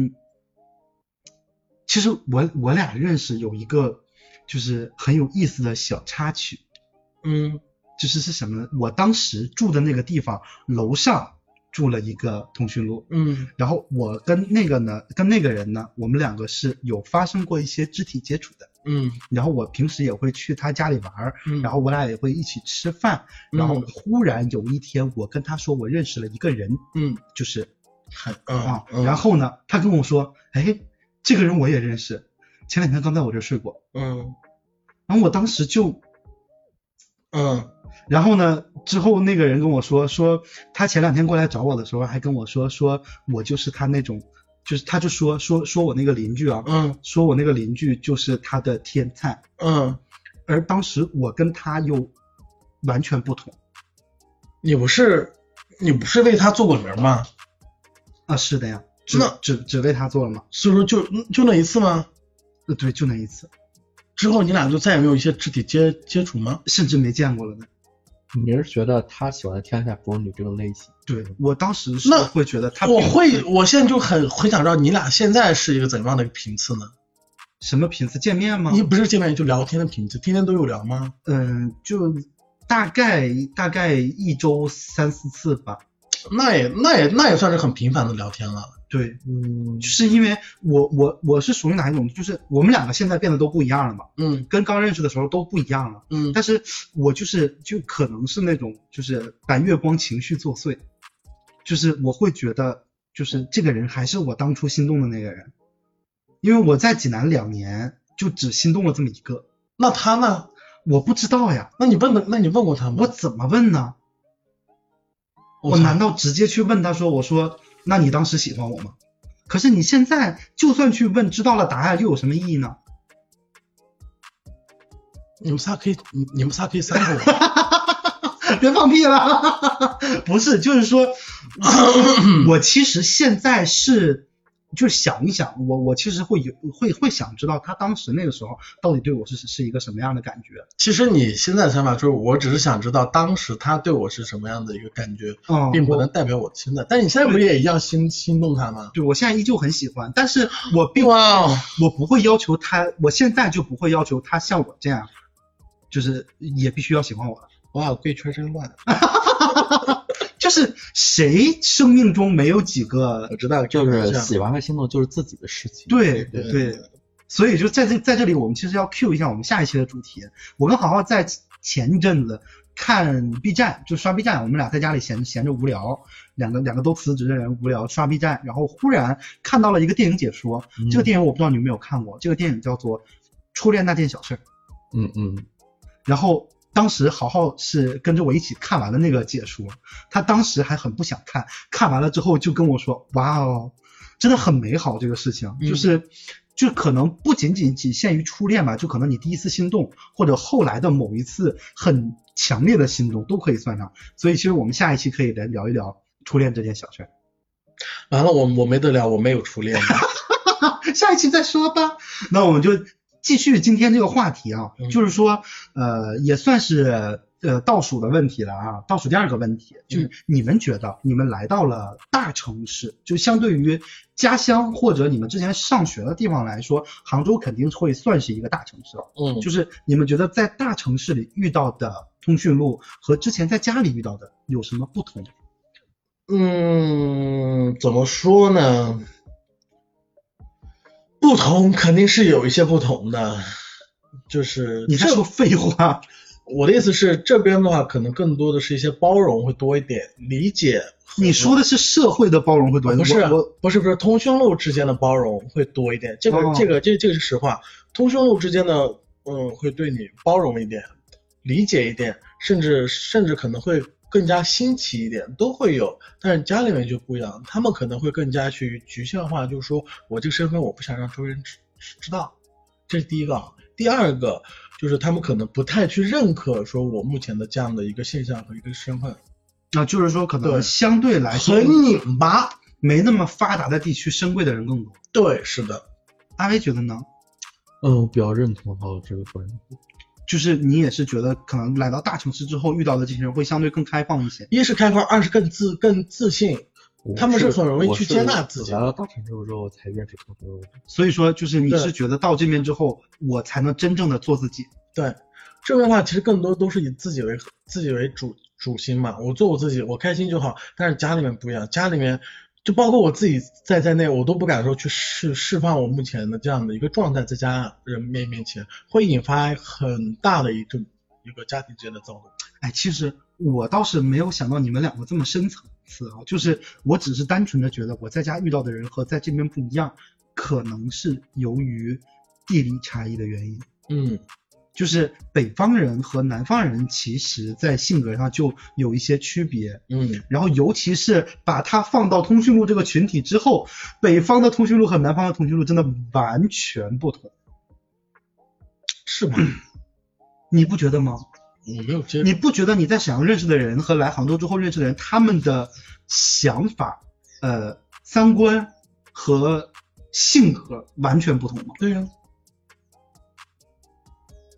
Speaker 1: 其实我我俩认识有一个就是很有意思的小插曲，
Speaker 2: 嗯
Speaker 1: 就是是什么呢？我当时住的那个地方楼上住了一个通讯录，
Speaker 2: 嗯
Speaker 1: 然后我跟那个呢，跟那个人呢，我们两个是有发生过一些肢体接触的。
Speaker 2: 嗯
Speaker 1: 然后我平时也会去他家里玩儿，
Speaker 2: 嗯，
Speaker 1: 然后我俩也会一起吃饭。然后
Speaker 2: 嗯
Speaker 1: 忽然有一天，我跟他说我认识了一个人，
Speaker 2: 嗯
Speaker 1: 就是
Speaker 2: 很
Speaker 1: 啊
Speaker 2: 啊，，
Speaker 1: 然后呢，他跟我说，哎，这个人我也认识，前两天刚在我这儿睡过。
Speaker 2: 嗯
Speaker 1: 然后我当时就
Speaker 2: 嗯
Speaker 1: 然后呢，之后那个人跟我说，说他前两天过来找我的时候，还跟我说，说我就是他那种，就是他就说说说我那个邻居啊，
Speaker 2: 嗯
Speaker 1: 说我那个邻居就是他的天菜，
Speaker 2: 嗯，
Speaker 1: 而当时我跟他又完全不同
Speaker 2: 你不是你不是为他做过名吗？
Speaker 1: 啊，是的呀，只
Speaker 2: 那
Speaker 1: 只只为他做了嘛，
Speaker 2: 所以说就嗯就那一次吗？
Speaker 1: 呃对，就那一次，
Speaker 2: 之后你俩就再也没有一些肢体接接触吗？
Speaker 1: 甚至没见过了呢。
Speaker 3: 你是觉得他喜欢的天下不是你这种类型？
Speaker 1: 对我当时是
Speaker 2: 那
Speaker 1: 会觉得他
Speaker 2: 我
Speaker 1: 并不
Speaker 2: 会，我现在就很很想知道你俩现在是一个怎样的一个频次呢？
Speaker 1: 什么频次见面吗？
Speaker 2: 你不是见面就聊天的频次，天天都有聊吗？
Speaker 1: 嗯，就大概大概一周三四次吧。
Speaker 2: 那也那也那也算是很频繁的聊天了。
Speaker 1: 对，
Speaker 2: 嗯
Speaker 1: 就是因为我我我是属于哪一种？就是我们两个现在变得都不一样了嘛，
Speaker 2: 嗯
Speaker 1: 跟刚认识的时候都不一样了。
Speaker 2: 嗯，
Speaker 1: 但是我就是就可能是那种就是白月光情绪作祟，就是我会觉得就是这个人还是我当初心动的那个人，因为我在济南两年就只心动了这么一个，
Speaker 2: 那他呢？
Speaker 1: 我不知道呀，
Speaker 2: 那你问的，那你问过他吗？
Speaker 1: 我怎么问呢？我
Speaker 2: 操
Speaker 1: 难道直接去问他说我说那你当时喜欢我吗？可是你现在就算去问，知道了答案又有什么意义呢？
Speaker 2: 你们仨可以，你你们仨可以三个 我。
Speaker 1: 别放屁了， 不是，就是 说，我其实现在是，就是想一想，我我其实会有会会想知道他当时那个时候到底对我是是一个什么样的感觉。
Speaker 2: 其实你现在的想法就是，我只是想知道当时他对我是什么样的一个感觉，
Speaker 1: 嗯，
Speaker 2: 并不
Speaker 1: 我
Speaker 2: 能代表我的现在。但你现在不也一样心心动他吗？
Speaker 1: 对我现在依旧很喜欢，但是我并
Speaker 2: 哇哦，
Speaker 1: 我不会要求他，我现在就不会要求他像我这样，就是也必须要喜欢我。
Speaker 2: 哇，贵圈真乱。
Speaker 1: 就是谁生命中没有几个
Speaker 2: 我知道，
Speaker 3: 就是
Speaker 2: 这样
Speaker 3: 喜欢和心动就是自己的事情。
Speaker 1: 对
Speaker 2: 对
Speaker 1: 对，所以就在这在这里，我们其实要 Q 一下我们下一期的主题。我跟好好在前一阵子看 B 站，就刷 B 站，我们俩在家里闲闲着无聊，两个两个都辞职的人无聊刷 B 站，然后忽然看到了一个电影解说，
Speaker 3: 嗯
Speaker 1: 这个电影我不知道你有没有看过，这个电影叫做《初恋那件小事儿》。
Speaker 3: 嗯嗯，
Speaker 1: 然后当时豪豪是跟着我一起看完了那个解说，他当时还很不想看，看完了之后就跟我说：“哇哦，真的很美好这个事情，
Speaker 2: 嗯
Speaker 1: 就是就可能不仅仅仅限于初恋吧，就可能你第一次心动或者后来的某一次很强烈的心动都可以算上。所以其实我们下一期可以来聊一聊初恋这件小事儿。
Speaker 2: 完了，我我没得聊，我没有初恋。
Speaker 1: 下一期再说吧。那我们就继续今天这个话题啊，
Speaker 2: 嗯
Speaker 1: 就是说，呃，也算是呃倒数的问题了啊，倒数第二个问
Speaker 2: 嗯
Speaker 1: 题就是你们觉得你们来到了大城市，就相对于家乡或者你们之前上学的地方来说，杭州肯定会算是一个大城市了。
Speaker 2: 嗯
Speaker 1: 就是你们觉得在大城市里遇到的通讯录和之前在家里遇到的有什么不同？
Speaker 2: 嗯，怎么说呢？不同肯定是有一些不同的，就是
Speaker 1: 你在
Speaker 2: 这
Speaker 1: 说废话？
Speaker 2: 我的意思是，这边的话可能更多的是一些包容会多一点，理解
Speaker 1: 你说的是社会的包容会多一点，
Speaker 2: 哦不是啊
Speaker 1: 我我
Speaker 2: 不是不是通讯录之间的包容会多一点，这个、
Speaker 1: 哦
Speaker 2: 这个这这个是实话，通讯录之间的嗯会对你包容一点，理解一点，甚至甚至可能会更加新奇一点，都会有。但是家里面就不一样，他们可能会更加去局限化，就是说我这个身份我不想让周围人知知道，这是第一个啊。第二个就是他们可能不太去认可说我目前的这样的一个现象和一个身份，
Speaker 1: 啊，就是说可能
Speaker 2: 对
Speaker 1: 相对来说
Speaker 2: 很拧巴。
Speaker 1: 没那么发达的地区，深贵的人更多。
Speaker 2: 对，是的。
Speaker 1: 阿威觉得呢？
Speaker 3: 嗯，我比较认同哈这个观点。
Speaker 1: 就是你也是觉得可能来到大城市之后遇到的这些人会相对更开放一些。
Speaker 2: 一是开放，二是更自更自信。
Speaker 3: 我
Speaker 2: 他们是很容易
Speaker 3: 我
Speaker 2: 去
Speaker 3: 是
Speaker 2: 接纳自己
Speaker 3: 来到大城市之后才认识同学，
Speaker 1: 所以说，就是你
Speaker 2: 对
Speaker 1: 是觉得到这边之后，我才能真正的做自己。
Speaker 2: 对，这边的话其实更多都是以自己为自己为主主心嘛，我做我自己，我开心就好。但是家里面不一样，家里面就包括我自己在在内，我都不敢说去释释放我目前的这样的一个状态，在家人面面前会引发很大的一个一个家庭之间的躁动。
Speaker 1: 哎，其实我倒是没有想到你们两个这么深层次啊，就是我只是单纯的觉得我在家遇到的人和在这边不一样，可能是由于地理差异的原因。
Speaker 2: 嗯，
Speaker 1: 就是北方人和南方人，其实在性格上就有一些区别。
Speaker 2: 嗯，
Speaker 1: 然后，尤其是把它放到通讯录这个群体之后，北方的通讯录和南方的通讯录真的完全不同，
Speaker 2: 是吧？
Speaker 1: 你不觉得吗？
Speaker 2: 我没有接触
Speaker 1: 你不觉得你在沈阳认识的人和来杭州之后认识的人，他们的想法、呃三观和性格完全不同吗？
Speaker 2: 对呀、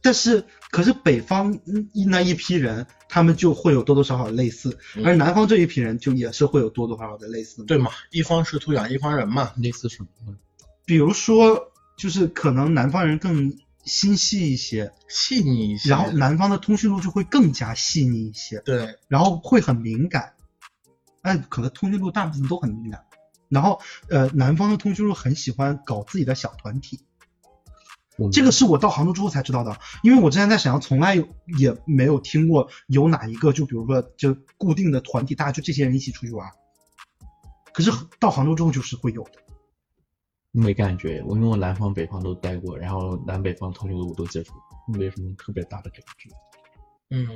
Speaker 1: 但是，可是北方嗯那一批人，他们就会有多多少少的类似，
Speaker 2: 嗯
Speaker 1: 而南方这一批人就也是会有多多少少的类似。
Speaker 2: 对，嘛，一方水土养一方人嘛。
Speaker 3: 类似什么呢？
Speaker 1: 比如说，就是可能南方人更心细一些，
Speaker 2: 细腻一些，
Speaker 1: 然后南方的通讯录就会更加细腻一些，
Speaker 2: 对，
Speaker 1: 然后会很敏感。哎，可能通讯录大部分都很敏感。然后，呃，南方的通讯录很喜欢搞自己的小团体，
Speaker 2: 嗯
Speaker 3: 我
Speaker 1: 这个是我到杭州之后才知道的，因为我之前在沈阳从来有也没有听过有哪一个就比如说就固定的团体，大家就这些人一起出去玩。可是到杭州之后就是会有的，
Speaker 3: 没感觉，我因为我南方、北方都待过，然后南北方同学我都接触，没什么特别大的感觉。
Speaker 2: 嗯，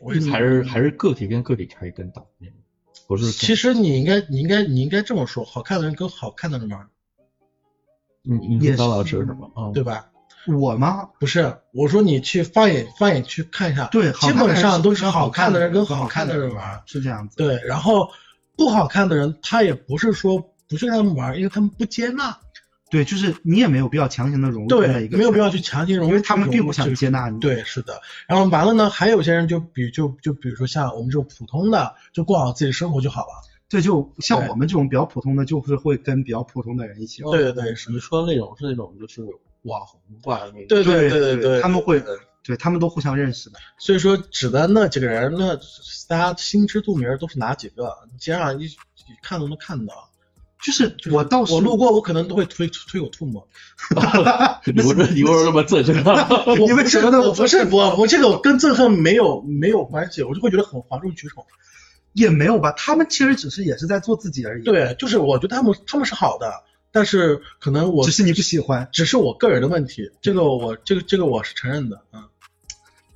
Speaker 2: 我也
Speaker 1: 嗯
Speaker 3: 还是还是个体跟个体差异更大那种。不是，
Speaker 2: 其实你应该，你应该，你应该这么说：好看的人跟好看的人玩，
Speaker 3: 你你
Speaker 1: 也
Speaker 3: 知道
Speaker 1: 是
Speaker 3: 老师什么啊？
Speaker 2: 对吧？
Speaker 1: 我吗？
Speaker 2: 不是，我说你去放眼放眼去看一下，
Speaker 1: 对，好
Speaker 2: 基
Speaker 1: 看的
Speaker 2: 本
Speaker 1: 人
Speaker 2: 上都是
Speaker 1: 好
Speaker 2: 好看的人
Speaker 1: 跟
Speaker 2: 跟
Speaker 1: 好
Speaker 2: 好看
Speaker 1: 看
Speaker 2: 的人
Speaker 1: 人
Speaker 2: 玩。
Speaker 1: 是这样子。
Speaker 2: 对，然后不好看的人，他也不是说不去跟他们玩，因为他们不接纳，
Speaker 1: 对，就是你也没有必要强行的融入这么
Speaker 2: 对
Speaker 1: 一，个，
Speaker 2: 没有必，要去强行融入，
Speaker 1: 因为他们并不想
Speaker 2: 融入
Speaker 1: 接纳你。，
Speaker 2: 对，是的。然后完了呢，还有些人就比就就比如说像我们这种普通的，就过好自己生活就好了。
Speaker 1: 这就像
Speaker 2: 对
Speaker 1: 我们这种比较普通的，就是会跟比较普通的人一起玩。
Speaker 2: 对对对，是
Speaker 3: 你说那种是那种就是网红挂的那种。
Speaker 2: 对
Speaker 1: 对
Speaker 2: 对对，
Speaker 1: 他们会
Speaker 2: 对，
Speaker 1: 对他们都互相认识的。
Speaker 2: 所以说，指的那几个人，那大家心知肚明儿都是哪几个，街上一一看都能看到。
Speaker 1: 就是
Speaker 2: 就是
Speaker 1: 我倒是
Speaker 2: 我路过，我可能都会推推口吐沫。
Speaker 3: 你 不是你不是那么正经啊？
Speaker 2: 我
Speaker 1: 你为什么呢
Speaker 2: 我不是我我这个我跟憎恨没有没有关系，我就会觉得很哗众取宠。
Speaker 1: 也没有吧，他们其实只是也是在做自己而已。，
Speaker 2: 对，就是我觉得他们他们是好的，但是可能我
Speaker 1: 只是你不喜欢。
Speaker 2: 只是我个人的问题，这个我这个这个我是承认的啊。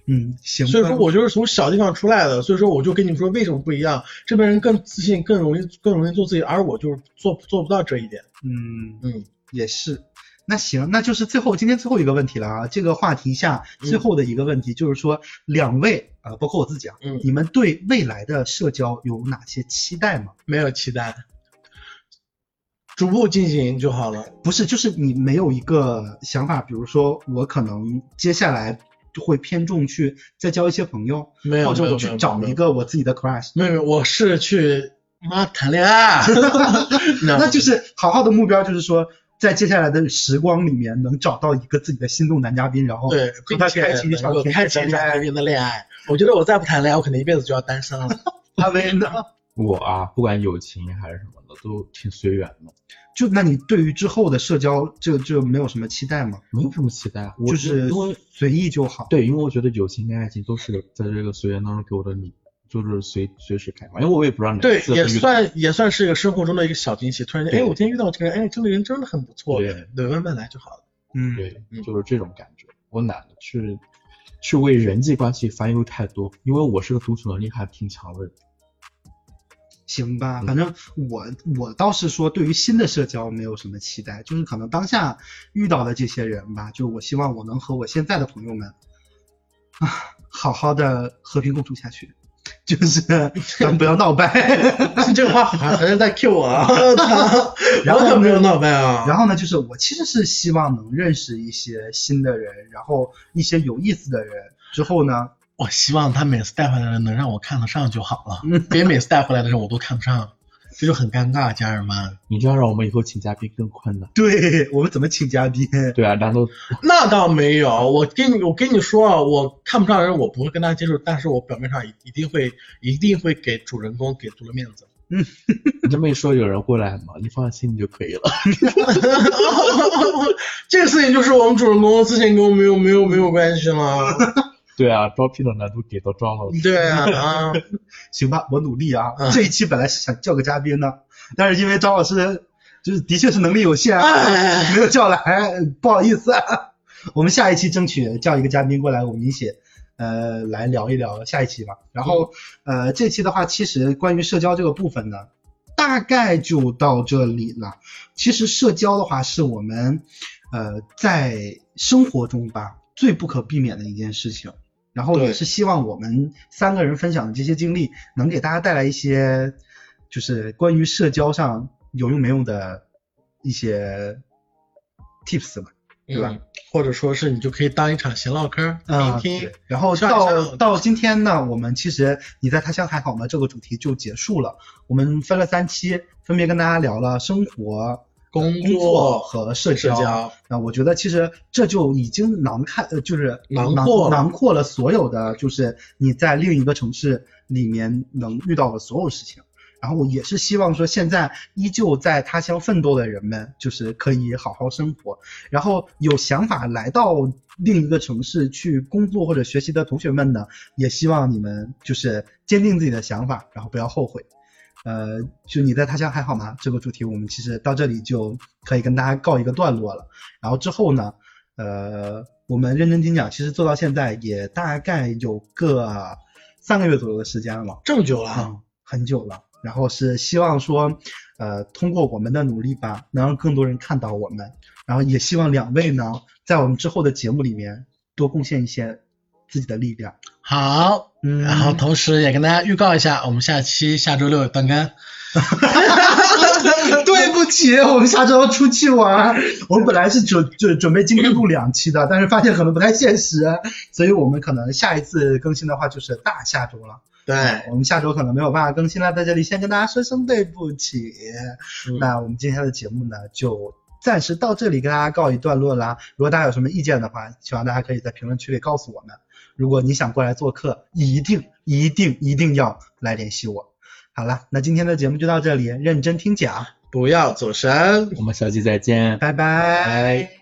Speaker 1: 嗯，行吧。
Speaker 2: 所以说我就是从小地方出来的，所以说我就跟你说为什么不一样，这边人更自信，更容易更容易做自己，而我就是做做不到这一点。
Speaker 1: 嗯
Speaker 2: 嗯，
Speaker 1: 也是。那行，那就是最后今天最后一个问题了啊！这个话题下
Speaker 2: 嗯
Speaker 1: 最后的一个问题就是说，两位啊、呃包括我自己啊，
Speaker 2: 嗯
Speaker 1: 你们对未来的社交有哪些期待吗？
Speaker 2: 没有期待，逐步进行就好了。
Speaker 1: 不是，就是你没有一个想法，比如说我可能接下来就会偏重去再交一些朋友，
Speaker 2: 没有，
Speaker 1: 或者
Speaker 2: 没有
Speaker 1: 我哦去
Speaker 2: 没有
Speaker 1: 找
Speaker 2: 没有
Speaker 1: 一个我自己的 crush，
Speaker 2: 没有，没有，我是去妈谈恋爱，
Speaker 1: 那就是好好的目标，就是说在接下来的时光里面能找到一个自己的心动男嘉宾，然后
Speaker 2: 对，
Speaker 1: 跟
Speaker 2: 并
Speaker 1: 他
Speaker 2: 且
Speaker 1: 开启一场
Speaker 2: 能够
Speaker 1: 甜
Speaker 2: 开
Speaker 1: 甜
Speaker 2: 启一
Speaker 1: 的
Speaker 2: 场
Speaker 1: 恋爱
Speaker 2: 甜蜜的恋爱。我觉得我再不谈恋爱，我可能一辈子就要单身了。
Speaker 1: 阿威呢？
Speaker 3: 我啊，不管友情还是什么的，都挺随缘的，
Speaker 1: 就那你对于之后的社交，这这没有什么期待吗？
Speaker 3: 没有什么期待。啊我
Speaker 1: 就是
Speaker 3: 因为
Speaker 1: 随意就好。
Speaker 3: 对，因为我觉得友情跟爱情都是在这个随缘当中给我的礼，就是随随时开花。因为我也不知道哪
Speaker 2: 对，
Speaker 3: 次
Speaker 2: 也
Speaker 3: 会遇到
Speaker 2: 算也算是一个生活中的一个小惊喜。突然间，哎，
Speaker 3: 对
Speaker 2: 我今天遇到这个人，哎，这个人真的很不错，
Speaker 3: 对
Speaker 2: 对，慢慢来就好了。
Speaker 1: 嗯，
Speaker 3: 对
Speaker 2: 嗯，
Speaker 3: 就是这种感觉。我懒得去去为人际关系烦忧太多，因为我是个独处能力还挺强的人。
Speaker 1: 行吧，反正我我倒是说，对于新的社交没有什么期待，就是可能当下遇到的这些人吧，就我希望我能和我现在的朋友们啊，好好的和平共处下去，就是咱们不要闹 掰。
Speaker 2: 这个话好像好像在 Q 我啊， 然后就没有闹掰啊。
Speaker 1: 然后呢，就是我其实是希望能认识一些新的人，然后一些有意思的人。之后呢，
Speaker 2: 我希望他每次带回来的能让我看得上就好了，别每次带回来的人我都看不上，这就很尴尬，家人们。
Speaker 3: 你这样让我们以后请嘉宾更困难。
Speaker 1: 对我们怎么请嘉宾？
Speaker 3: 对啊，难道
Speaker 2: 那倒没有，我跟你我跟你说啊，我看不上人，我不会跟他接触，但是我表面上一一定会一定会给主人公给足了面子。
Speaker 3: 你这么一说，有人会来吗？你放在心里就可以了。
Speaker 2: 这个事情就是我们主人公之前跟我没有没有没有关系了。
Speaker 3: 对啊，招聘的难度给到装了。
Speaker 2: 对啊，啊
Speaker 1: 行吧，我努力啊。
Speaker 2: 嗯
Speaker 1: 这一期本来是想叫个嘉宾呢，但是因为张老师就是的确是能力有限，啊
Speaker 2: 哎，
Speaker 1: 没有叫来，不好意思、 我们下一期争取叫一个嘉宾过来，我们一起呃来聊一聊下一期吧。然后呃这期的话，其实关于社交这个部分呢，大概就到这里了。其实社交的话，是我们呃在生活中吧最不可避免的一件事情。然后也
Speaker 2: 对
Speaker 1: 是希望我们三个人分享的这些经历，能给大家带来一些，就是关于社交上有用没用的一些 tips 吧，对吧？
Speaker 2: 或者说是你就可以当一场闲唠嗑
Speaker 1: 啊、
Speaker 2: 听一听
Speaker 1: 对。然后
Speaker 2: 上一
Speaker 1: 到
Speaker 2: 上
Speaker 1: 到今天呢，我们其实你在他乡还好吗这个主题就结束了。我们分了三期，分别跟大家聊了生活、
Speaker 2: 工
Speaker 1: 工作
Speaker 2: 作
Speaker 1: 和社
Speaker 2: 社
Speaker 1: 交。
Speaker 2: 交，
Speaker 1: 那呃我觉得其实这就已经囊看，呃，就是
Speaker 2: 囊括了
Speaker 1: 囊括了所有的，就是你在另一个城市里面能遇到的所有事情。然后我也是希望说，现在依旧在他乡奋斗的人们，就是可以好好生活。然后有想法来到另一个城市去工作或者学习的同学们呢，也希望你们就是坚定自己的想法，然后不要后悔。呃，就你在他乡还好吗？这个主题我们其实到这里就可以跟大家告一个段落了。然后之后呢，呃，我们认真听讲，其实做到现在也大概有个三个月左右的时间了。
Speaker 2: 这么久了啊，
Speaker 1: 啊，很久了。然后是希望说，呃，通过我们的努力吧，能让更多人看到我们。然后也希望两位呢，在我们之后的节目里面多贡献一些自己的力量。
Speaker 2: 好，
Speaker 1: 嗯
Speaker 2: 然后同时也跟大家预告一下，我们下期下周六断更。
Speaker 1: 对不起，我们下周要出去玩。我们本来是准准准备今天录两期的，但是发现可能不太现实，所以我们可能下一次更新的话就是大下周了。
Speaker 2: 对，
Speaker 1: 我们下周可能没有办法更新了，在这里先跟大家说声对不起。那我们今天的节目呢，就暂时到这里跟大家告一段落啦。如果大家有什么意见的话，希望大家可以在评论区里告诉我们。如果你想过来做客，一定一定一定要来联系我。好了，那今天的节目就到这里，认真听讲，
Speaker 2: 不要走神。
Speaker 3: 我们下期再见。
Speaker 1: 拜拜
Speaker 2: 拜